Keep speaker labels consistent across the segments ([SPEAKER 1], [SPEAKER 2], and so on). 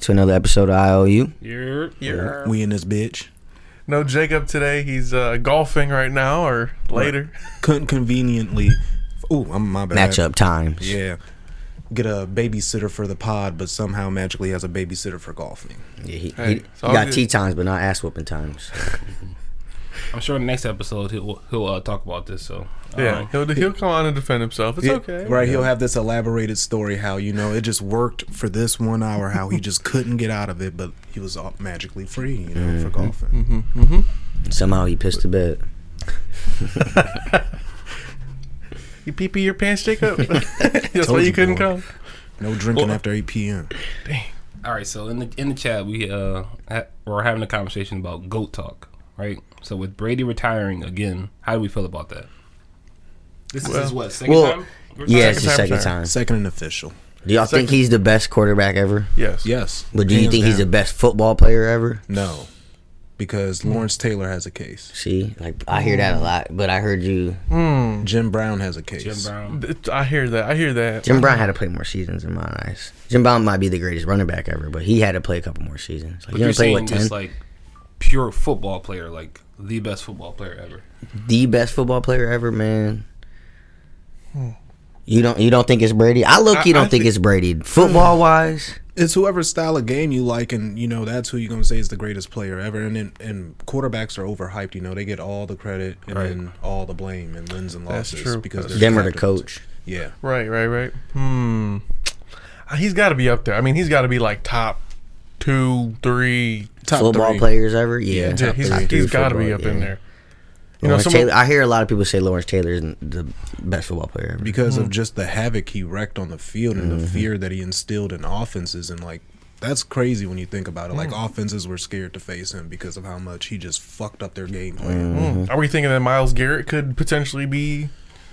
[SPEAKER 1] to another episode of IOU.
[SPEAKER 2] You're, you're.
[SPEAKER 3] We in this bitch.
[SPEAKER 2] No Jacob today. He's uh, golfing right now or later.
[SPEAKER 3] Couldn't conveniently. Ooh, I'm my bad.
[SPEAKER 1] Matchup times.
[SPEAKER 3] Yeah. Get a babysitter for the pod, but somehow magically has a babysitter for golfing.
[SPEAKER 1] Yeah, he,
[SPEAKER 2] Hey,
[SPEAKER 1] he,
[SPEAKER 2] it's
[SPEAKER 1] he
[SPEAKER 2] all
[SPEAKER 1] got
[SPEAKER 2] good.
[SPEAKER 1] tea times, but not ass whooping times.
[SPEAKER 4] I'm sure in the next episode he'll he'll uh, talk about this. So
[SPEAKER 2] Yeah,
[SPEAKER 4] um,
[SPEAKER 2] he'll he'll come on and defend himself. It's okay.
[SPEAKER 3] Right, he'll have this elaborated story how, you know, it just worked for this one hour, how he just couldn't get out of it, but he was all magically free, you know,
[SPEAKER 1] Mm-hmm.
[SPEAKER 3] for golfing.
[SPEAKER 1] Somehow he pissed the bed.
[SPEAKER 2] You pee pee your pants, Jacob. That's why
[SPEAKER 3] Told
[SPEAKER 2] you
[SPEAKER 3] you,
[SPEAKER 2] couldn't
[SPEAKER 3] boy.
[SPEAKER 2] come.
[SPEAKER 3] No drinking
[SPEAKER 4] Well-
[SPEAKER 3] after 8 p.m.
[SPEAKER 4] all right. So in the in the chat we uh ha- we're having a conversation about goat talk, right? So with Brady retiring again, how do we feel about that? This is his
[SPEAKER 2] Well-
[SPEAKER 4] what second
[SPEAKER 1] well,
[SPEAKER 4] time?
[SPEAKER 1] Yeah, it's the
[SPEAKER 2] Second
[SPEAKER 1] second
[SPEAKER 2] time,
[SPEAKER 1] time.
[SPEAKER 3] Second and official.
[SPEAKER 1] Do y'all think he's the best quarterback ever?
[SPEAKER 2] Yes.
[SPEAKER 3] Yes.
[SPEAKER 1] But do you
[SPEAKER 3] Hands
[SPEAKER 1] think he's the
[SPEAKER 3] down.
[SPEAKER 1] best football player ever?
[SPEAKER 3] No. Because Lawrence Taylor has a case.
[SPEAKER 1] See, like I hear that a lot, but I heard you.
[SPEAKER 3] Jim Brown has a case.
[SPEAKER 4] Jim Brown.
[SPEAKER 2] Th- I hear that. I hear that.
[SPEAKER 1] Jim Brown had to play more seasons in my eyes. Jim Brown might be the greatest running back ever, but he had to play a couple more seasons. Like,
[SPEAKER 4] But
[SPEAKER 1] he
[SPEAKER 4] you're
[SPEAKER 1] only played what
[SPEAKER 4] saying
[SPEAKER 1] ten?
[SPEAKER 4] just like pure football player, like the best football player ever.
[SPEAKER 1] the best football player ever, man. You don't you don't think it's Brady? I look, you
[SPEAKER 2] I-
[SPEAKER 1] don't
[SPEAKER 2] I
[SPEAKER 1] think it's Brady. Football wise,
[SPEAKER 3] it's whoever's style of game you like, and you know that's who you're gonna say is the greatest player ever. And then, and quarterbacks are overhyped. You know they get all the credit and
[SPEAKER 2] Right.
[SPEAKER 3] then all the blame and wins and
[SPEAKER 2] That's
[SPEAKER 3] losses
[SPEAKER 2] true.
[SPEAKER 3] because
[SPEAKER 2] That's
[SPEAKER 3] they're
[SPEAKER 1] them or the
[SPEAKER 3] captains.
[SPEAKER 1] coach.
[SPEAKER 3] Yeah,
[SPEAKER 2] Right. Right. Right. Hmm. Uh, He's got to be up there. I mean, he's got to be like top two, three.
[SPEAKER 3] top
[SPEAKER 1] football
[SPEAKER 3] three.
[SPEAKER 1] players ever. Yeah,
[SPEAKER 2] Yeah, he's
[SPEAKER 1] top three
[SPEAKER 2] he's got to be
[SPEAKER 1] football,
[SPEAKER 2] up
[SPEAKER 1] yeah.
[SPEAKER 2] in there. You know,
[SPEAKER 1] Lawrence
[SPEAKER 2] someone-
[SPEAKER 1] Taylor, I hear a lot of people say Lawrence Taylor isn't the best football player ever.
[SPEAKER 3] because of just the havoc he wrecked on the field and the fear that he instilled in offenses and like. That's crazy when you think about it. Like offenses were scared to face him because of how much he just fucked up their game plan.
[SPEAKER 1] uh-huh.
[SPEAKER 2] Are we thinking that Miles Garrett could potentially be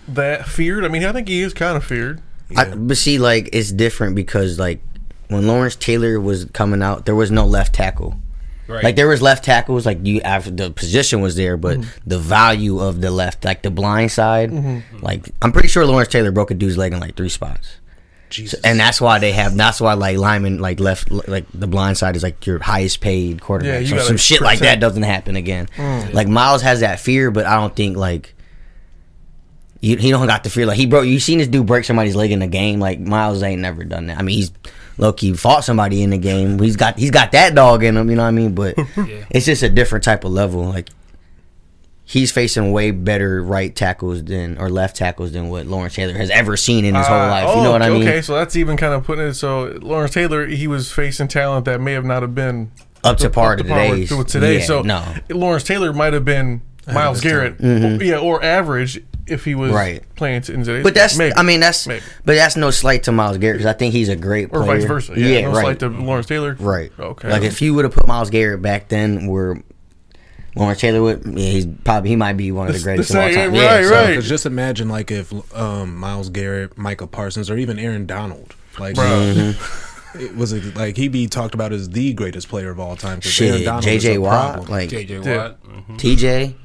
[SPEAKER 2] that feared? I mean, I think he is kind of feared.
[SPEAKER 1] I, but see, like it's different because like when Lawrence Taylor was coming out, there was no left tackle.
[SPEAKER 4] Right.
[SPEAKER 1] Like there was left tackles, like you after the position was there, but the value of the left, like the blind side, like I'm pretty sure Lawrence Taylor broke a dude's leg in like three spots,
[SPEAKER 3] Jesus,
[SPEAKER 1] and that's why they have. That's why like linemen, like left, like the blind side is like your highest paid
[SPEAKER 2] Yeah,
[SPEAKER 1] quarterback.
[SPEAKER 2] you
[SPEAKER 1] so
[SPEAKER 2] gotta
[SPEAKER 1] some shit like that
[SPEAKER 2] protect-
[SPEAKER 1] doesn't happen again. Like Miles has that fear, but I don't think like. You, he don't got the fear like he broke. You seen this dude break somebody's leg in a game? Like Miles ain't never done that. I mean, he's low key fought somebody in the game. He's got he's got that dog in him. You know what I mean? But it's just a different type of level. Like he's facing way better right tackles than or left tackles than what Lawrence Taylor has ever seen in his whole
[SPEAKER 2] Uh,
[SPEAKER 1] life.
[SPEAKER 2] oh,
[SPEAKER 1] you know what I mean?
[SPEAKER 2] Okay, so that's even kind of putting it. So Lawrence Taylor, he was facing talent that may have not have been
[SPEAKER 1] Up to par
[SPEAKER 2] with
[SPEAKER 1] today's.
[SPEAKER 2] to today.
[SPEAKER 1] Yeah,
[SPEAKER 2] so
[SPEAKER 1] no. Mm-hmm.
[SPEAKER 2] Lawrence Taylor might have been Miles Garrett, or- yeah, or average if he was
[SPEAKER 1] Right.
[SPEAKER 2] playing in today's.
[SPEAKER 1] But that's
[SPEAKER 2] maybe,
[SPEAKER 1] I mean that's
[SPEAKER 2] Maybe.
[SPEAKER 1] but that's no slight to Miles Garrett because I think he's a great
[SPEAKER 2] or
[SPEAKER 1] player.
[SPEAKER 2] vice versa. Yeah, no
[SPEAKER 1] right.
[SPEAKER 2] slight to Lawrence Taylor.
[SPEAKER 1] Right.
[SPEAKER 2] Okay.
[SPEAKER 1] Like if you would have put Miles Garrett back then, where Lawrence Taylor would, yeah, he's probably he might be one of the
[SPEAKER 2] This-
[SPEAKER 1] greatest
[SPEAKER 2] this
[SPEAKER 1] of all
[SPEAKER 2] ain't
[SPEAKER 1] time.
[SPEAKER 2] it,
[SPEAKER 1] yeah,
[SPEAKER 2] right,
[SPEAKER 1] so-
[SPEAKER 2] right.
[SPEAKER 3] Because just imagine like if um, Miles Garrett, Michael Parsons, or even Aaron Donald, like
[SPEAKER 2] Bruh.
[SPEAKER 3] it was like he be talked about as the greatest player of all time. 'cause Aaron
[SPEAKER 1] Shit,
[SPEAKER 3] Donald is a
[SPEAKER 1] JJ Watt,
[SPEAKER 3] problem.
[SPEAKER 1] like
[SPEAKER 4] JJ
[SPEAKER 2] Yeah.
[SPEAKER 4] Watt. Mhm.
[SPEAKER 1] TJ.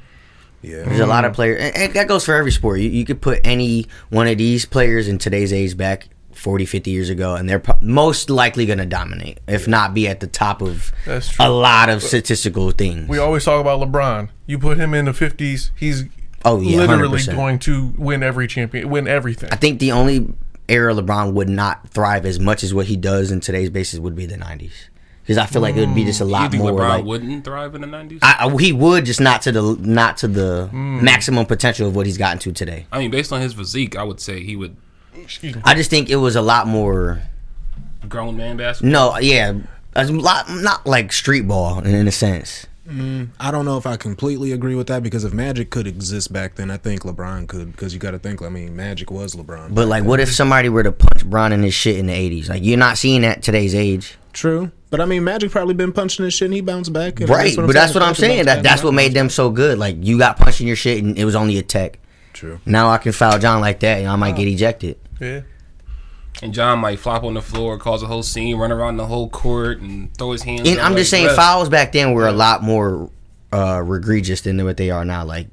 [SPEAKER 3] yeah,
[SPEAKER 1] There's a
[SPEAKER 2] Mm-hmm.
[SPEAKER 1] lot of players, and, and that goes for every sport. You, you could put any one of these players in today's age back 40, 50 years ago, and they're pro- most likely going to dominate, if not be at the top of
[SPEAKER 2] That's true.
[SPEAKER 1] a lot of statistical things.
[SPEAKER 2] we always talk about LeBron. You put him in the fifties, he's
[SPEAKER 1] Oh, yeah,
[SPEAKER 2] literally
[SPEAKER 1] 100%.
[SPEAKER 2] going to win every champion, win everything.
[SPEAKER 1] I think the only era LeBron would not thrive as much as what he does in today's basis would be the 90s. Because I feel like it would be just
[SPEAKER 2] Mm.
[SPEAKER 1] a
[SPEAKER 4] You
[SPEAKER 1] lot
[SPEAKER 4] think
[SPEAKER 1] more.
[SPEAKER 4] LeBron
[SPEAKER 1] like,
[SPEAKER 4] wouldn't thrive in the '90s? I,
[SPEAKER 1] I, I- he would just not to the not to the maximum potential of what he's gotten to today.
[SPEAKER 4] mean, based on his physique, I would say he would
[SPEAKER 2] Excuse me.
[SPEAKER 1] I just think it was a lot more.
[SPEAKER 4] grown man basketball.
[SPEAKER 1] No, yeah, a lot not like street ball in, in a sense.
[SPEAKER 3] I don't know if I completely agree with that because if Magic could exist back then, I think LeBron could because you got to think. I mean, Magic was LeBron.
[SPEAKER 1] But like, what if somebody were to punch Bron in his shit in the '80s? Like, you're not seeing that today's age,
[SPEAKER 3] True, but I mean, Magic probably been punching his shit and he bounced back. and
[SPEAKER 1] right? but that's what I'm saying.
[SPEAKER 3] Bounced
[SPEAKER 1] That
[SPEAKER 3] back.
[SPEAKER 1] that's what made them so good. Like, you got punched in your shit, and it was only a tech.
[SPEAKER 3] True.
[SPEAKER 1] Now I can foul John like that, and I might get ejected.
[SPEAKER 2] Yeah.
[SPEAKER 4] And John might flop on the floor, cause a whole scene, run around the whole court, and throw his hands.
[SPEAKER 1] And
[SPEAKER 4] up
[SPEAKER 1] I'm just
[SPEAKER 4] like,
[SPEAKER 1] saying,
[SPEAKER 4] "Bruh."
[SPEAKER 1] fouls back then were a lot more uh, egregious than what they are now. Like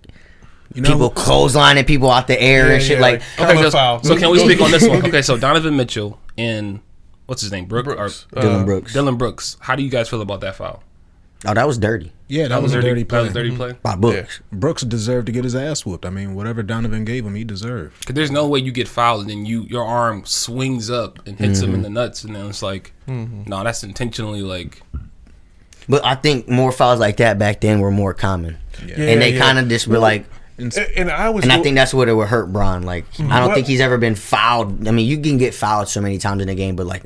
[SPEAKER 3] You know,
[SPEAKER 1] people clotheslining people out the air and
[SPEAKER 2] Yeah,
[SPEAKER 1] shit.
[SPEAKER 2] yeah,
[SPEAKER 1] like,
[SPEAKER 2] like- Call
[SPEAKER 4] Okay,
[SPEAKER 2] a
[SPEAKER 4] so,
[SPEAKER 2] foul.
[SPEAKER 4] so can we speak on this one? Okay, so Donovan Mitchell and what's his name, Brooke,
[SPEAKER 2] Brooks.
[SPEAKER 4] Or,
[SPEAKER 1] Dylan
[SPEAKER 2] Uh,
[SPEAKER 1] Brooks.
[SPEAKER 4] Dylan Brooks. How do you guys feel about that foul?
[SPEAKER 1] oh, that was dirty
[SPEAKER 3] yeah, that, was a dirty
[SPEAKER 4] That
[SPEAKER 3] play.
[SPEAKER 4] was a dirty play.
[SPEAKER 1] by books.
[SPEAKER 3] Brooks deserved to get his ass whooped. I mean, whatever Donovan gave him, he deserved.
[SPEAKER 4] Because there's no way you get fouled and then you your arm swings up and hits
[SPEAKER 1] Mm-hmm.
[SPEAKER 4] him in the nuts, and then it's like, no, that's intentionally like.
[SPEAKER 1] But I think more fouls like that back then were more common,
[SPEAKER 2] Yeah,
[SPEAKER 1] and they
[SPEAKER 2] yeah.
[SPEAKER 1] kind of just were like.
[SPEAKER 2] And, and I was.
[SPEAKER 1] And I think that's what it would hurt Bron. Like I don't
[SPEAKER 2] What-
[SPEAKER 1] think he's ever been fouled. I mean, you can get fouled so many times in a game, but like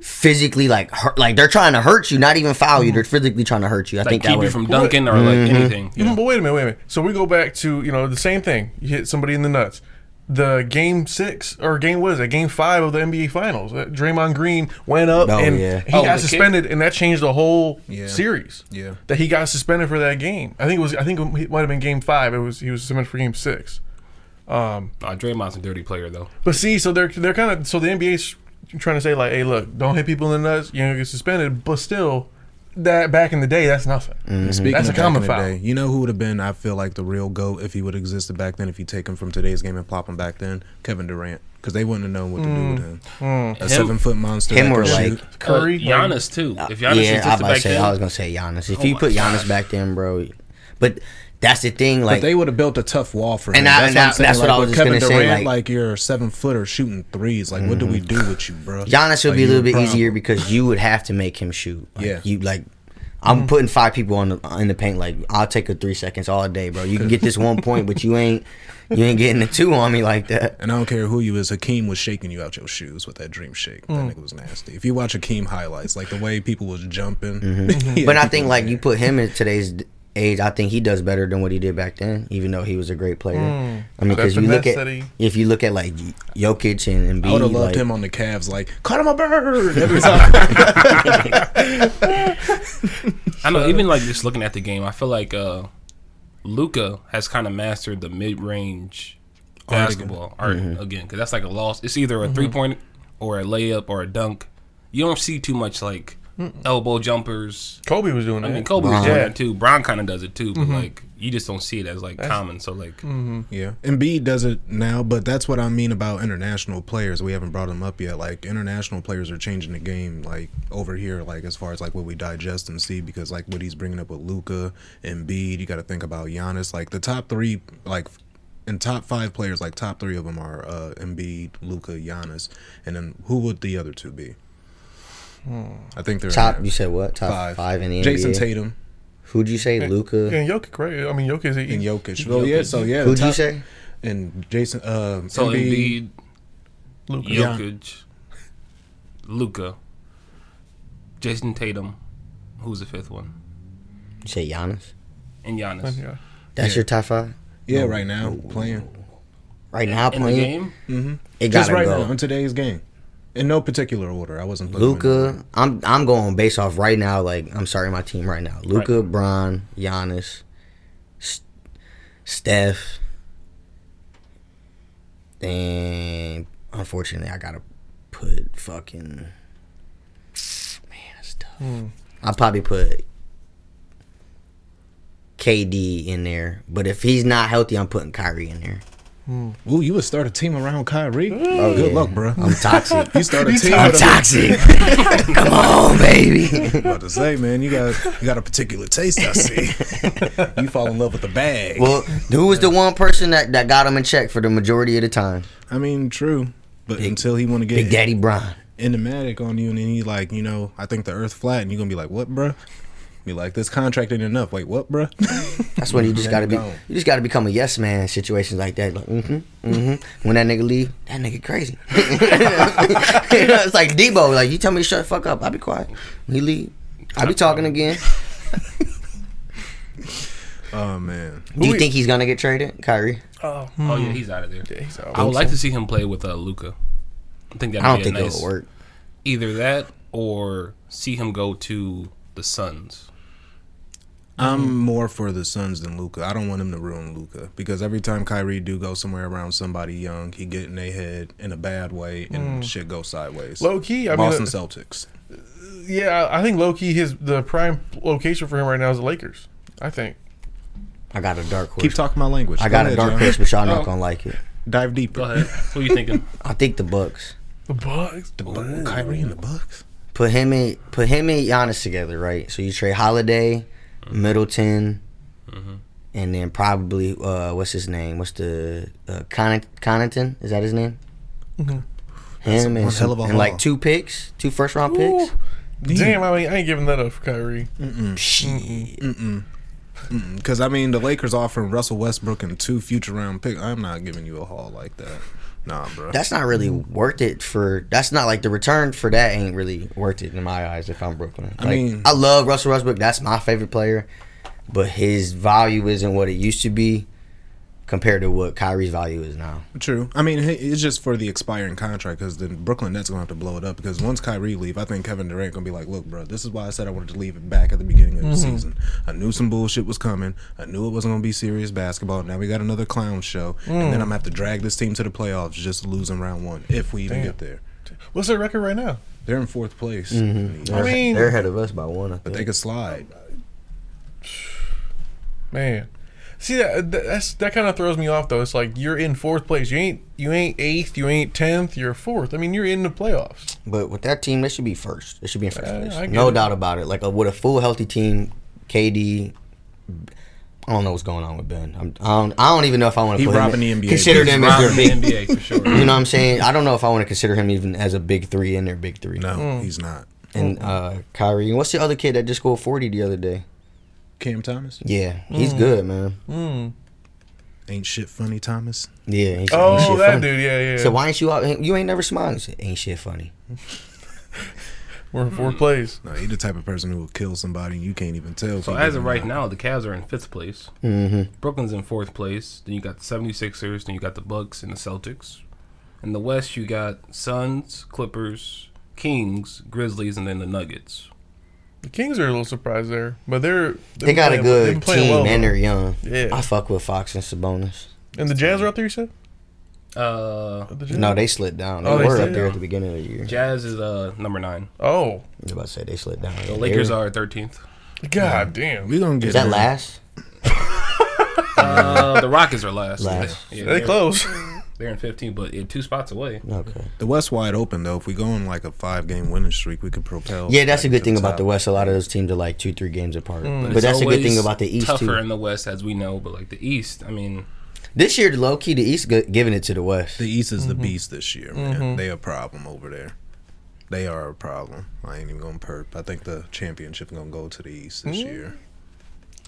[SPEAKER 1] physically, like hurt, like they're trying to hurt you, not even foul you. They're physically trying to hurt you. I
[SPEAKER 4] Like
[SPEAKER 1] think that Mm-hmm.
[SPEAKER 4] keep you
[SPEAKER 1] would.
[SPEAKER 4] from dunking or like anything.
[SPEAKER 2] Yeah, Mm, But wait a minute, wait a minute. So we go back to you know the same thing. You hit somebody in the nuts. The game six or game what is it? Game five of the NBA Finals. Uh, Draymond Green went up
[SPEAKER 1] Oh,
[SPEAKER 2] and
[SPEAKER 1] yeah.
[SPEAKER 2] he
[SPEAKER 4] Oh,
[SPEAKER 2] got
[SPEAKER 4] the kick?
[SPEAKER 2] suspended, and that changed the whole series.
[SPEAKER 3] Yeah.
[SPEAKER 2] that he got suspended for that game. I think it was. I think it might have been game five. It was he was suspended for game six.
[SPEAKER 4] Uh, Draymond's a dirty player though.
[SPEAKER 2] But see, so they're they're kind of so the NBA's trying to say like, hey, look, don't hit people in the nuts. You're gonna get suspended. But still, that back in the day, that's nothing.
[SPEAKER 1] Mm-hmm.
[SPEAKER 3] Speaking
[SPEAKER 2] That's
[SPEAKER 3] of
[SPEAKER 2] a
[SPEAKER 3] back
[SPEAKER 2] common
[SPEAKER 3] in the
[SPEAKER 2] foul.
[SPEAKER 3] day, you know who would have been? I feel like the real goat if he would have existed back then. If you take him from today's game and plop him back then, Kevin Durant, because they wouldn't have known what to do
[SPEAKER 2] Mm,
[SPEAKER 3] with him. A seven foot monster.
[SPEAKER 1] Him
[SPEAKER 3] that
[SPEAKER 1] or
[SPEAKER 3] can
[SPEAKER 1] like-
[SPEAKER 3] shoot.
[SPEAKER 2] Curry,
[SPEAKER 4] uh, Giannis too. If Giannis
[SPEAKER 1] yeah, I,
[SPEAKER 4] existed
[SPEAKER 1] was about to
[SPEAKER 4] back
[SPEAKER 1] say,
[SPEAKER 4] then, Oh
[SPEAKER 1] I was gonna say Giannis. If you
[SPEAKER 4] my
[SPEAKER 1] put Giannis back then, bro, but that's the thing.
[SPEAKER 3] But
[SPEAKER 1] Like
[SPEAKER 3] they would have built a tough wall for him.
[SPEAKER 1] And I-
[SPEAKER 3] that's
[SPEAKER 1] and
[SPEAKER 3] what,
[SPEAKER 1] I-
[SPEAKER 3] I'm saying.
[SPEAKER 1] that's what
[SPEAKER 3] Like,
[SPEAKER 1] I was
[SPEAKER 3] with
[SPEAKER 1] just
[SPEAKER 3] Kevin
[SPEAKER 1] gonna say,
[SPEAKER 3] Durant,
[SPEAKER 1] like- Mm-hmm.
[SPEAKER 3] you're a seven footer shooting threes. Like, what do we do with you, bro?
[SPEAKER 1] Giannis would
[SPEAKER 3] Like,
[SPEAKER 1] be a
[SPEAKER 3] you
[SPEAKER 1] little bit
[SPEAKER 3] problem.
[SPEAKER 1] easier because you would have to make him shoot. Like,
[SPEAKER 3] Yeah. Mm-hmm.
[SPEAKER 1] you like. I'm putting five people on the in the paint. Like I'll take a three seconds all day, bro. You can get this one point, but you ain't you ain't getting the two on me like that.
[SPEAKER 3] And I don't care who you is, Hakeem was shaking you out your shoes with that dream shake.
[SPEAKER 2] Mm.
[SPEAKER 3] That nigga was nasty. If you watch Hakeem highlights, like the way people was jumping. Yeah,
[SPEAKER 1] But I
[SPEAKER 3] people
[SPEAKER 1] think
[SPEAKER 3] was
[SPEAKER 1] like
[SPEAKER 3] mad.
[SPEAKER 1] you put him in today's d- age, I think he does better than what he did back then, even though he was a great player.
[SPEAKER 3] Mm.
[SPEAKER 1] I mean,
[SPEAKER 2] That
[SPEAKER 1] because you look
[SPEAKER 2] finesse
[SPEAKER 1] at
[SPEAKER 2] that he-
[SPEAKER 1] if you look at like Jokic and, and
[SPEAKER 3] I would have loved
[SPEAKER 1] like,
[SPEAKER 3] him on the Cavs, like, cut him a bird. Every time.
[SPEAKER 4] I know. Even like just looking at the game, I feel like uh, Luca has kind of mastered the mid-range basketball art
[SPEAKER 1] Mm-hmm.
[SPEAKER 4] again because that's like a loss. It's either a three-point or a layup or a dunk. You don't see too much like elbow jumpers.
[SPEAKER 2] Kobe was doing that.
[SPEAKER 4] I mean, Kobe
[SPEAKER 1] Bron.
[SPEAKER 4] was doing it too. Brown kind of does it too, but like you just don't see it as like common. So like,
[SPEAKER 3] yeah. Embiid does it now, but that's what I mean about international players. We haven't brought them up yet. Like, international players are changing the game, like, over here, like, as far as, like, what we digest and see, because, like, what he's bringing up with Luca, Embiid, you got to think about Giannis. Like, the top three, like, and top five players, like, top three of them are uh, Embiid, Luca, Giannis. And then who would the other two be? I think they're in
[SPEAKER 1] top.
[SPEAKER 3] there.
[SPEAKER 1] You said what? Top five, in the
[SPEAKER 3] Jason
[SPEAKER 1] NBA.
[SPEAKER 3] Tatum
[SPEAKER 1] Who'd you say? Luca.
[SPEAKER 2] and Jokic, right? I mean, Jokic. He,
[SPEAKER 3] and Jokic. Well, yeah, so yeah.
[SPEAKER 1] Who'd you
[SPEAKER 3] top-
[SPEAKER 1] say?
[SPEAKER 3] and Jason uh
[SPEAKER 4] so
[SPEAKER 3] Embiid,
[SPEAKER 4] Embiid,
[SPEAKER 2] Luka.
[SPEAKER 4] Jokic, Luca, Jason Tatum, who's the fifth one,
[SPEAKER 1] You say Giannis.
[SPEAKER 4] and Giannis.
[SPEAKER 2] yeah.
[SPEAKER 1] That's your top five
[SPEAKER 3] yeah, right now playing
[SPEAKER 1] right now.
[SPEAKER 4] in the
[SPEAKER 1] Playing
[SPEAKER 4] game.
[SPEAKER 1] it
[SPEAKER 3] Mm-hmm. just
[SPEAKER 1] gotta
[SPEAKER 3] right
[SPEAKER 1] go.
[SPEAKER 3] now in today's game, in no particular order. I wasn't looking
[SPEAKER 1] Luca, I'm I'm going based off right now. Like I'm sorry, my team right now. Luca, Bron, Giannis, S- Steph, and unfortunately, I gotta put fucking man, that's tough.
[SPEAKER 3] Hmm.
[SPEAKER 1] I'll probably put KD in there, but if he's not healthy, I'm putting Kyrie in there.
[SPEAKER 3] Ooh, you would start a team around Kyrie. Oh, good
[SPEAKER 1] yeah.
[SPEAKER 3] luck, bro.
[SPEAKER 1] I'm toxic.
[SPEAKER 3] You start a team.
[SPEAKER 1] I'm
[SPEAKER 3] with a-
[SPEAKER 1] toxic. Come on, baby.
[SPEAKER 3] I'm about to say, man, you got you got a particular taste. I see. you fall in love with the bag.
[SPEAKER 1] Well, who was the one person that, that got him in check for the majority of the time?
[SPEAKER 3] I mean, true. But until he want to
[SPEAKER 1] Big
[SPEAKER 3] get
[SPEAKER 1] Daddy Brian.
[SPEAKER 3] enigmatic on you, and then he like, you know, I think the Earth flat, and you gonna be like, what, bruh? Be like, this contract ain't enough. Like, what, bruh?
[SPEAKER 1] That's when you just gotta be.
[SPEAKER 3] No.
[SPEAKER 1] You just gotta become a yes man in situations like that. Like, mm-hmm, mm-hmm. When that nigga leave, that nigga crazy. You know, it's like Debo. Like you tell me to shut the fuck up, I'll be quiet. When he leave, I'll be talking again.
[SPEAKER 3] Oh man,
[SPEAKER 1] Do you
[SPEAKER 2] we-
[SPEAKER 1] think he's gonna get traded, Kyrie?
[SPEAKER 2] Oh,
[SPEAKER 4] Oh yeah, he's out of there.
[SPEAKER 2] yeah, he's out.
[SPEAKER 4] I would like to see him play with uh, Luca. I think that
[SPEAKER 1] I
[SPEAKER 4] would
[SPEAKER 1] don't think
[SPEAKER 4] be a nice,
[SPEAKER 1] it'll work.
[SPEAKER 4] Either that or see him go to the Suns.
[SPEAKER 3] I'm more for the Suns than Luca. I don't want him to ruin Luca because every time Kyrie do go somewhere around somebody young, he get in their head in a bad way and shit go sideways.
[SPEAKER 2] Low key, I mean,
[SPEAKER 3] Boston
[SPEAKER 2] uh,
[SPEAKER 3] Celtics.
[SPEAKER 2] yeah, I I think low key his the prime location for him right now is the Lakers. I think.
[SPEAKER 1] I got a dark horse.
[SPEAKER 3] Keep talking my language.
[SPEAKER 1] I
[SPEAKER 3] Go
[SPEAKER 1] got a
[SPEAKER 3] ahead,
[SPEAKER 1] dark
[SPEAKER 3] John.
[SPEAKER 1] horse, but y'all
[SPEAKER 2] Oh.
[SPEAKER 1] not gonna like it.
[SPEAKER 3] Dive
[SPEAKER 4] Go
[SPEAKER 3] deeper.
[SPEAKER 4] ahead. Who you thinking?
[SPEAKER 1] I think the Bucks
[SPEAKER 2] The Bucks.
[SPEAKER 3] The Bucks, Kyrie and the Bucks.
[SPEAKER 1] put him in, put him and Giannis together, right? So you trade Holiday, Middleton, and then probably uh, what's his name? What's the uh, Conn- Connaughton? Is that his name?
[SPEAKER 2] Mhm.
[SPEAKER 3] Mm-hmm. That's
[SPEAKER 1] Him and,
[SPEAKER 3] one hell
[SPEAKER 1] some,
[SPEAKER 3] of a
[SPEAKER 1] and like
[SPEAKER 3] haul.
[SPEAKER 1] two picks, two first round
[SPEAKER 2] Ooh.
[SPEAKER 1] picks.
[SPEAKER 2] Damn, I mean, I ain't giving that up for Kyrie.
[SPEAKER 1] Shit.
[SPEAKER 3] Because I mean, the Lakers offering Russell Westbrook and two future round pick. I'm not giving you a haul like that. Nah, bro.
[SPEAKER 1] That's not really worth it for. That's not like the return for that ain't really worth it in my eyes. If I'm Brooklyn,
[SPEAKER 3] I
[SPEAKER 1] Like,
[SPEAKER 3] mean-
[SPEAKER 1] I love Russell Westbrook. That's my favorite player, but his value isn't what it used to be compared to what Kyrie's value is now.
[SPEAKER 3] True. I mean, it- it's just for the expiring contract because the Brooklyn Nets gonna have to blow it up because once Kyrie leave, I think Kevin Durant gonna be like, "Look, bro, this is why I said I wanted to leave it back at the beginning of the season. I knew some bullshit was coming. I knew it wasn't gonna be serious basketball. Now we got another clown show, and then I'm gonna have to drag this team to the playoffs just to lose in round one if we even
[SPEAKER 2] Damn.
[SPEAKER 3] get there.
[SPEAKER 2] What's their record right now?
[SPEAKER 3] They're in fourth place,
[SPEAKER 2] I mean,
[SPEAKER 1] they're ahead of us by one. I think.
[SPEAKER 3] but they could slide.
[SPEAKER 2] man, see that that- that's that kind of throws me off though. It's like you're in fourth place. You ain't you ain't eighth. You ain't tenth. You're fourth. I mean, you're in the playoffs.
[SPEAKER 1] But with that team, they should be first. They should be in first
[SPEAKER 2] Uh,
[SPEAKER 1] place.
[SPEAKER 2] I get
[SPEAKER 1] No
[SPEAKER 2] it.
[SPEAKER 1] doubt about it. Like a, with a full healthy team, KD. I don't know what's going on with Ben. I'm, I don't. I don't even know if I want
[SPEAKER 3] He
[SPEAKER 1] to put him
[SPEAKER 3] robbing the
[SPEAKER 1] in-
[SPEAKER 3] NBA.
[SPEAKER 1] Consider
[SPEAKER 3] He's
[SPEAKER 1] them as
[SPEAKER 4] Robbing
[SPEAKER 1] their
[SPEAKER 4] the
[SPEAKER 1] big.
[SPEAKER 4] NBA for sure.
[SPEAKER 1] You know what I'm saying? I don't know if I want to consider him even as a big three in their big three.
[SPEAKER 3] No, he's not.
[SPEAKER 1] And uh, Kyrie. And what's the other kid that just scored 40 the other day?
[SPEAKER 3] Cam Thomas
[SPEAKER 1] Yeah, he's
[SPEAKER 2] Mm.
[SPEAKER 1] good, man.
[SPEAKER 3] ain't shit funny. Thomas.
[SPEAKER 1] Yeah. He's, he's
[SPEAKER 2] Oh,
[SPEAKER 1] shit
[SPEAKER 2] that
[SPEAKER 1] funny.
[SPEAKER 2] dude. Yeah, yeah.
[SPEAKER 1] So why ain't you out? You ain't never smiling. He said, ain't shit funny.
[SPEAKER 2] We're in fourth place.
[SPEAKER 3] No, he the type of person who will kill somebody and you can't even tell.
[SPEAKER 4] So as of right now, the Cavs are in fifth place.
[SPEAKER 1] Mm-hmm.
[SPEAKER 4] Brooklyn's in fourth place. Then you got the 76ers. Then you got the Bucks and the Celtics. In the West, you got Suns, Clippers, Kings, Grizzlies, and then the Nuggets.
[SPEAKER 2] The Kings are a little surprised there, but they're
[SPEAKER 1] They got a good team and they're young.
[SPEAKER 2] Yeah.
[SPEAKER 1] I fuck with Fox and Sabonis.
[SPEAKER 2] and the Jazz are up there. You said
[SPEAKER 4] Uh,
[SPEAKER 2] the Jazz?
[SPEAKER 1] No, they slid down. They
[SPEAKER 2] Oh, they
[SPEAKER 1] were
[SPEAKER 2] slid
[SPEAKER 1] up there
[SPEAKER 2] down.
[SPEAKER 1] at the beginning of the year.
[SPEAKER 4] Jazz is uh, number nine.
[SPEAKER 2] Oh
[SPEAKER 1] I was about to say they slid down.
[SPEAKER 4] The Lakers are 13th.
[SPEAKER 2] god damn.
[SPEAKER 3] we gonna get
[SPEAKER 1] Is that
[SPEAKER 3] there.
[SPEAKER 1] last?
[SPEAKER 4] Uh, the Rockets are last.
[SPEAKER 1] Last.
[SPEAKER 4] Yeah,
[SPEAKER 2] they
[SPEAKER 4] they're,
[SPEAKER 2] close.
[SPEAKER 4] they're in 15th, but yeah, two spots away.
[SPEAKER 1] Okay.
[SPEAKER 3] The West wide open though. If we go on like a five game winning streak, we could
[SPEAKER 4] Oh,
[SPEAKER 3] propel.
[SPEAKER 1] Yeah, that's a
[SPEAKER 3] back
[SPEAKER 1] good
[SPEAKER 3] to
[SPEAKER 1] thing about
[SPEAKER 3] top.
[SPEAKER 1] the West. A lot of those teams are like two, three games apart. But,
[SPEAKER 4] Mm, It's
[SPEAKER 1] that's a good thing
[SPEAKER 4] always
[SPEAKER 1] about the East
[SPEAKER 4] Tougher
[SPEAKER 1] too.
[SPEAKER 4] in the West, as we know, but like the East, I mean,
[SPEAKER 1] This year, low key, the East g- giving it to the West.
[SPEAKER 3] The East is the beast this year, man. They a problem over there. They are a problem. I ain't even gonna perp. I think the championship gonna go to the East this year.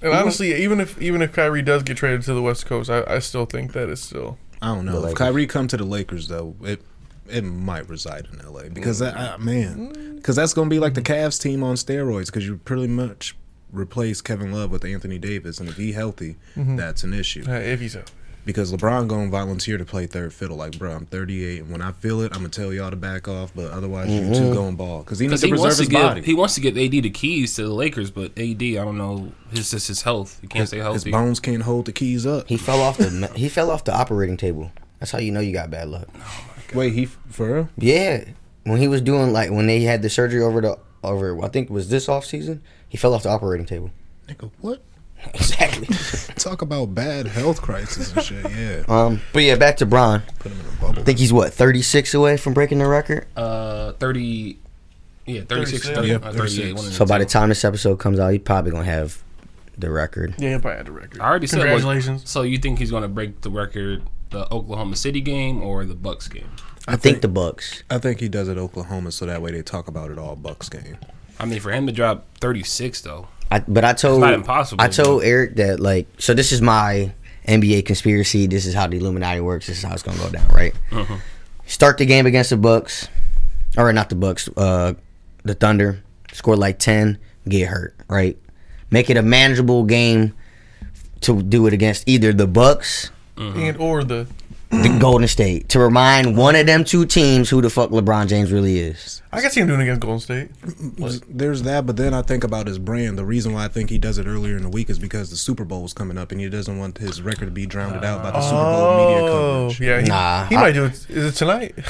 [SPEAKER 2] And honestly, even if even if Kyrie does get traded to the West Coast, I, I still think that is still
[SPEAKER 3] I don't
[SPEAKER 1] The
[SPEAKER 3] know. If
[SPEAKER 1] Lakers.
[SPEAKER 3] Kyrie come to the Lakers though, it it might reside in L.A. because that I, man, because that's gonna be like the Cavs team on steroids. Because you pretty much replace Kevin Love with Anthony Davis, and if he healthy, that's an issue.
[SPEAKER 2] uh, if he's out.
[SPEAKER 3] because LeBron gonna volunteer to play third fiddle. Like, bro, I'm 38, and when I feel it, I'm gonna tell y'all to back off. But otherwise, you two going ball because he needs
[SPEAKER 4] because
[SPEAKER 3] to
[SPEAKER 4] he
[SPEAKER 3] preserve
[SPEAKER 4] wants to
[SPEAKER 3] his
[SPEAKER 4] give
[SPEAKER 3] body.
[SPEAKER 4] he wants to give AD the keys to the Lakers, but AD, I don't know, his just his health. He can't stay
[SPEAKER 3] his
[SPEAKER 4] healthy.
[SPEAKER 3] bones can't hold the keys up.
[SPEAKER 1] He fell off the ma- he fell off the operating table. That's how you know you got bad luck.
[SPEAKER 3] Wait, he for real?
[SPEAKER 1] Yeah, when he was doing like when they had the surgery over the over, I think it was this off season, he fell off the operating table.
[SPEAKER 3] Nigga, what?
[SPEAKER 1] Exactly.
[SPEAKER 3] Talk about bad health crisis and shit. Yeah,
[SPEAKER 1] um, but yeah, back to Bron.
[SPEAKER 3] put him in a bubble.
[SPEAKER 1] I think he's what thirty six away from breaking the record.
[SPEAKER 4] Uh, thirty. Yeah, 36, 30,
[SPEAKER 3] Yeah,
[SPEAKER 4] uh, 38.
[SPEAKER 3] 36.
[SPEAKER 4] one of
[SPEAKER 1] So
[SPEAKER 4] the
[SPEAKER 1] by
[SPEAKER 4] two.
[SPEAKER 1] the time this episode comes out, he's probably gonna have the record.
[SPEAKER 2] Yeah, he'll probably add the record.
[SPEAKER 4] I already said what-
[SPEAKER 2] congratulations.
[SPEAKER 4] so you think he's going to break the record, the Oklahoma City game or the Bucks game?
[SPEAKER 1] I, think, the Bucks.
[SPEAKER 3] I think he does it Oklahoma, so that way they talk about it all Bucks game.
[SPEAKER 4] I mean, for him to drop 36 though,
[SPEAKER 1] I, but I told
[SPEAKER 4] not impossible,
[SPEAKER 1] I told
[SPEAKER 4] but-
[SPEAKER 1] Eric that like so this is my NBA conspiracy. This is how the Illuminati works. This is how it's gonna go down. Right.
[SPEAKER 4] Mm-hmm.
[SPEAKER 1] Start the game against the Bucks, or not the Bucks. Uh, the Thunder score like ten, get hurt. Right. Make it a manageable game to do it against either the Bucks,
[SPEAKER 2] and or the
[SPEAKER 1] the Golden State, to remind one of them two teams who the fuck LeBron James really is.
[SPEAKER 2] I can see him doing it against Golden State.
[SPEAKER 3] There's that, but then I think about his brand. The reason why I think he does it earlier in the week is because the Super Bowl is coming up, and he doesn't want his record to be drowned out by the Super Bowl media
[SPEAKER 2] Oh,
[SPEAKER 3] coverage.
[SPEAKER 2] yeah. He,
[SPEAKER 1] Nah,
[SPEAKER 2] he
[SPEAKER 1] I-
[SPEAKER 2] might do it. Is it tonight?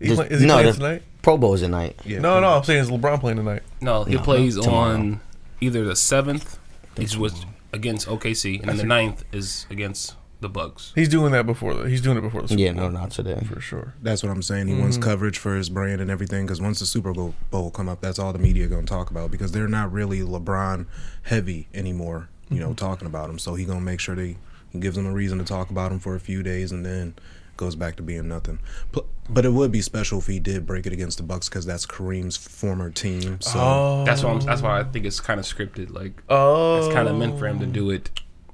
[SPEAKER 2] He
[SPEAKER 1] This-
[SPEAKER 2] play- is he
[SPEAKER 1] no,
[SPEAKER 2] playing
[SPEAKER 1] the
[SPEAKER 2] tonight?
[SPEAKER 1] Pro Bowls at night.
[SPEAKER 3] Yeah,
[SPEAKER 2] No, no. I'm saying is LeBron playing tonight?
[SPEAKER 4] No, he
[SPEAKER 1] No,
[SPEAKER 4] plays
[SPEAKER 1] tomorrow.
[SPEAKER 4] on either the seventh, which was against OKC, and then the 9th is against the Bucks.
[SPEAKER 2] He's doing that before. The, he's doing it before the Super
[SPEAKER 1] Yeah, no,
[SPEAKER 2] Bowl
[SPEAKER 1] not today.
[SPEAKER 2] for sure.
[SPEAKER 3] That's what I'm saying. He wants coverage for his brand and everything because once the Super Bowl Bowl come up, that's all the media gonna talk about because they're not really LeBron heavy anymore. You know, talking about him, so he gonna make sure they he gives them a reason to talk about him for a few days and then goes back to being nothing. Pl- But it would be special if he did break it against the Bucks because that's Kareem's former team. So
[SPEAKER 2] Oh,
[SPEAKER 4] That's why I'm, that's why I think it's kind of scripted. Like
[SPEAKER 2] oh,
[SPEAKER 4] it's kind of meant for him to do
[SPEAKER 1] Oh.
[SPEAKER 4] it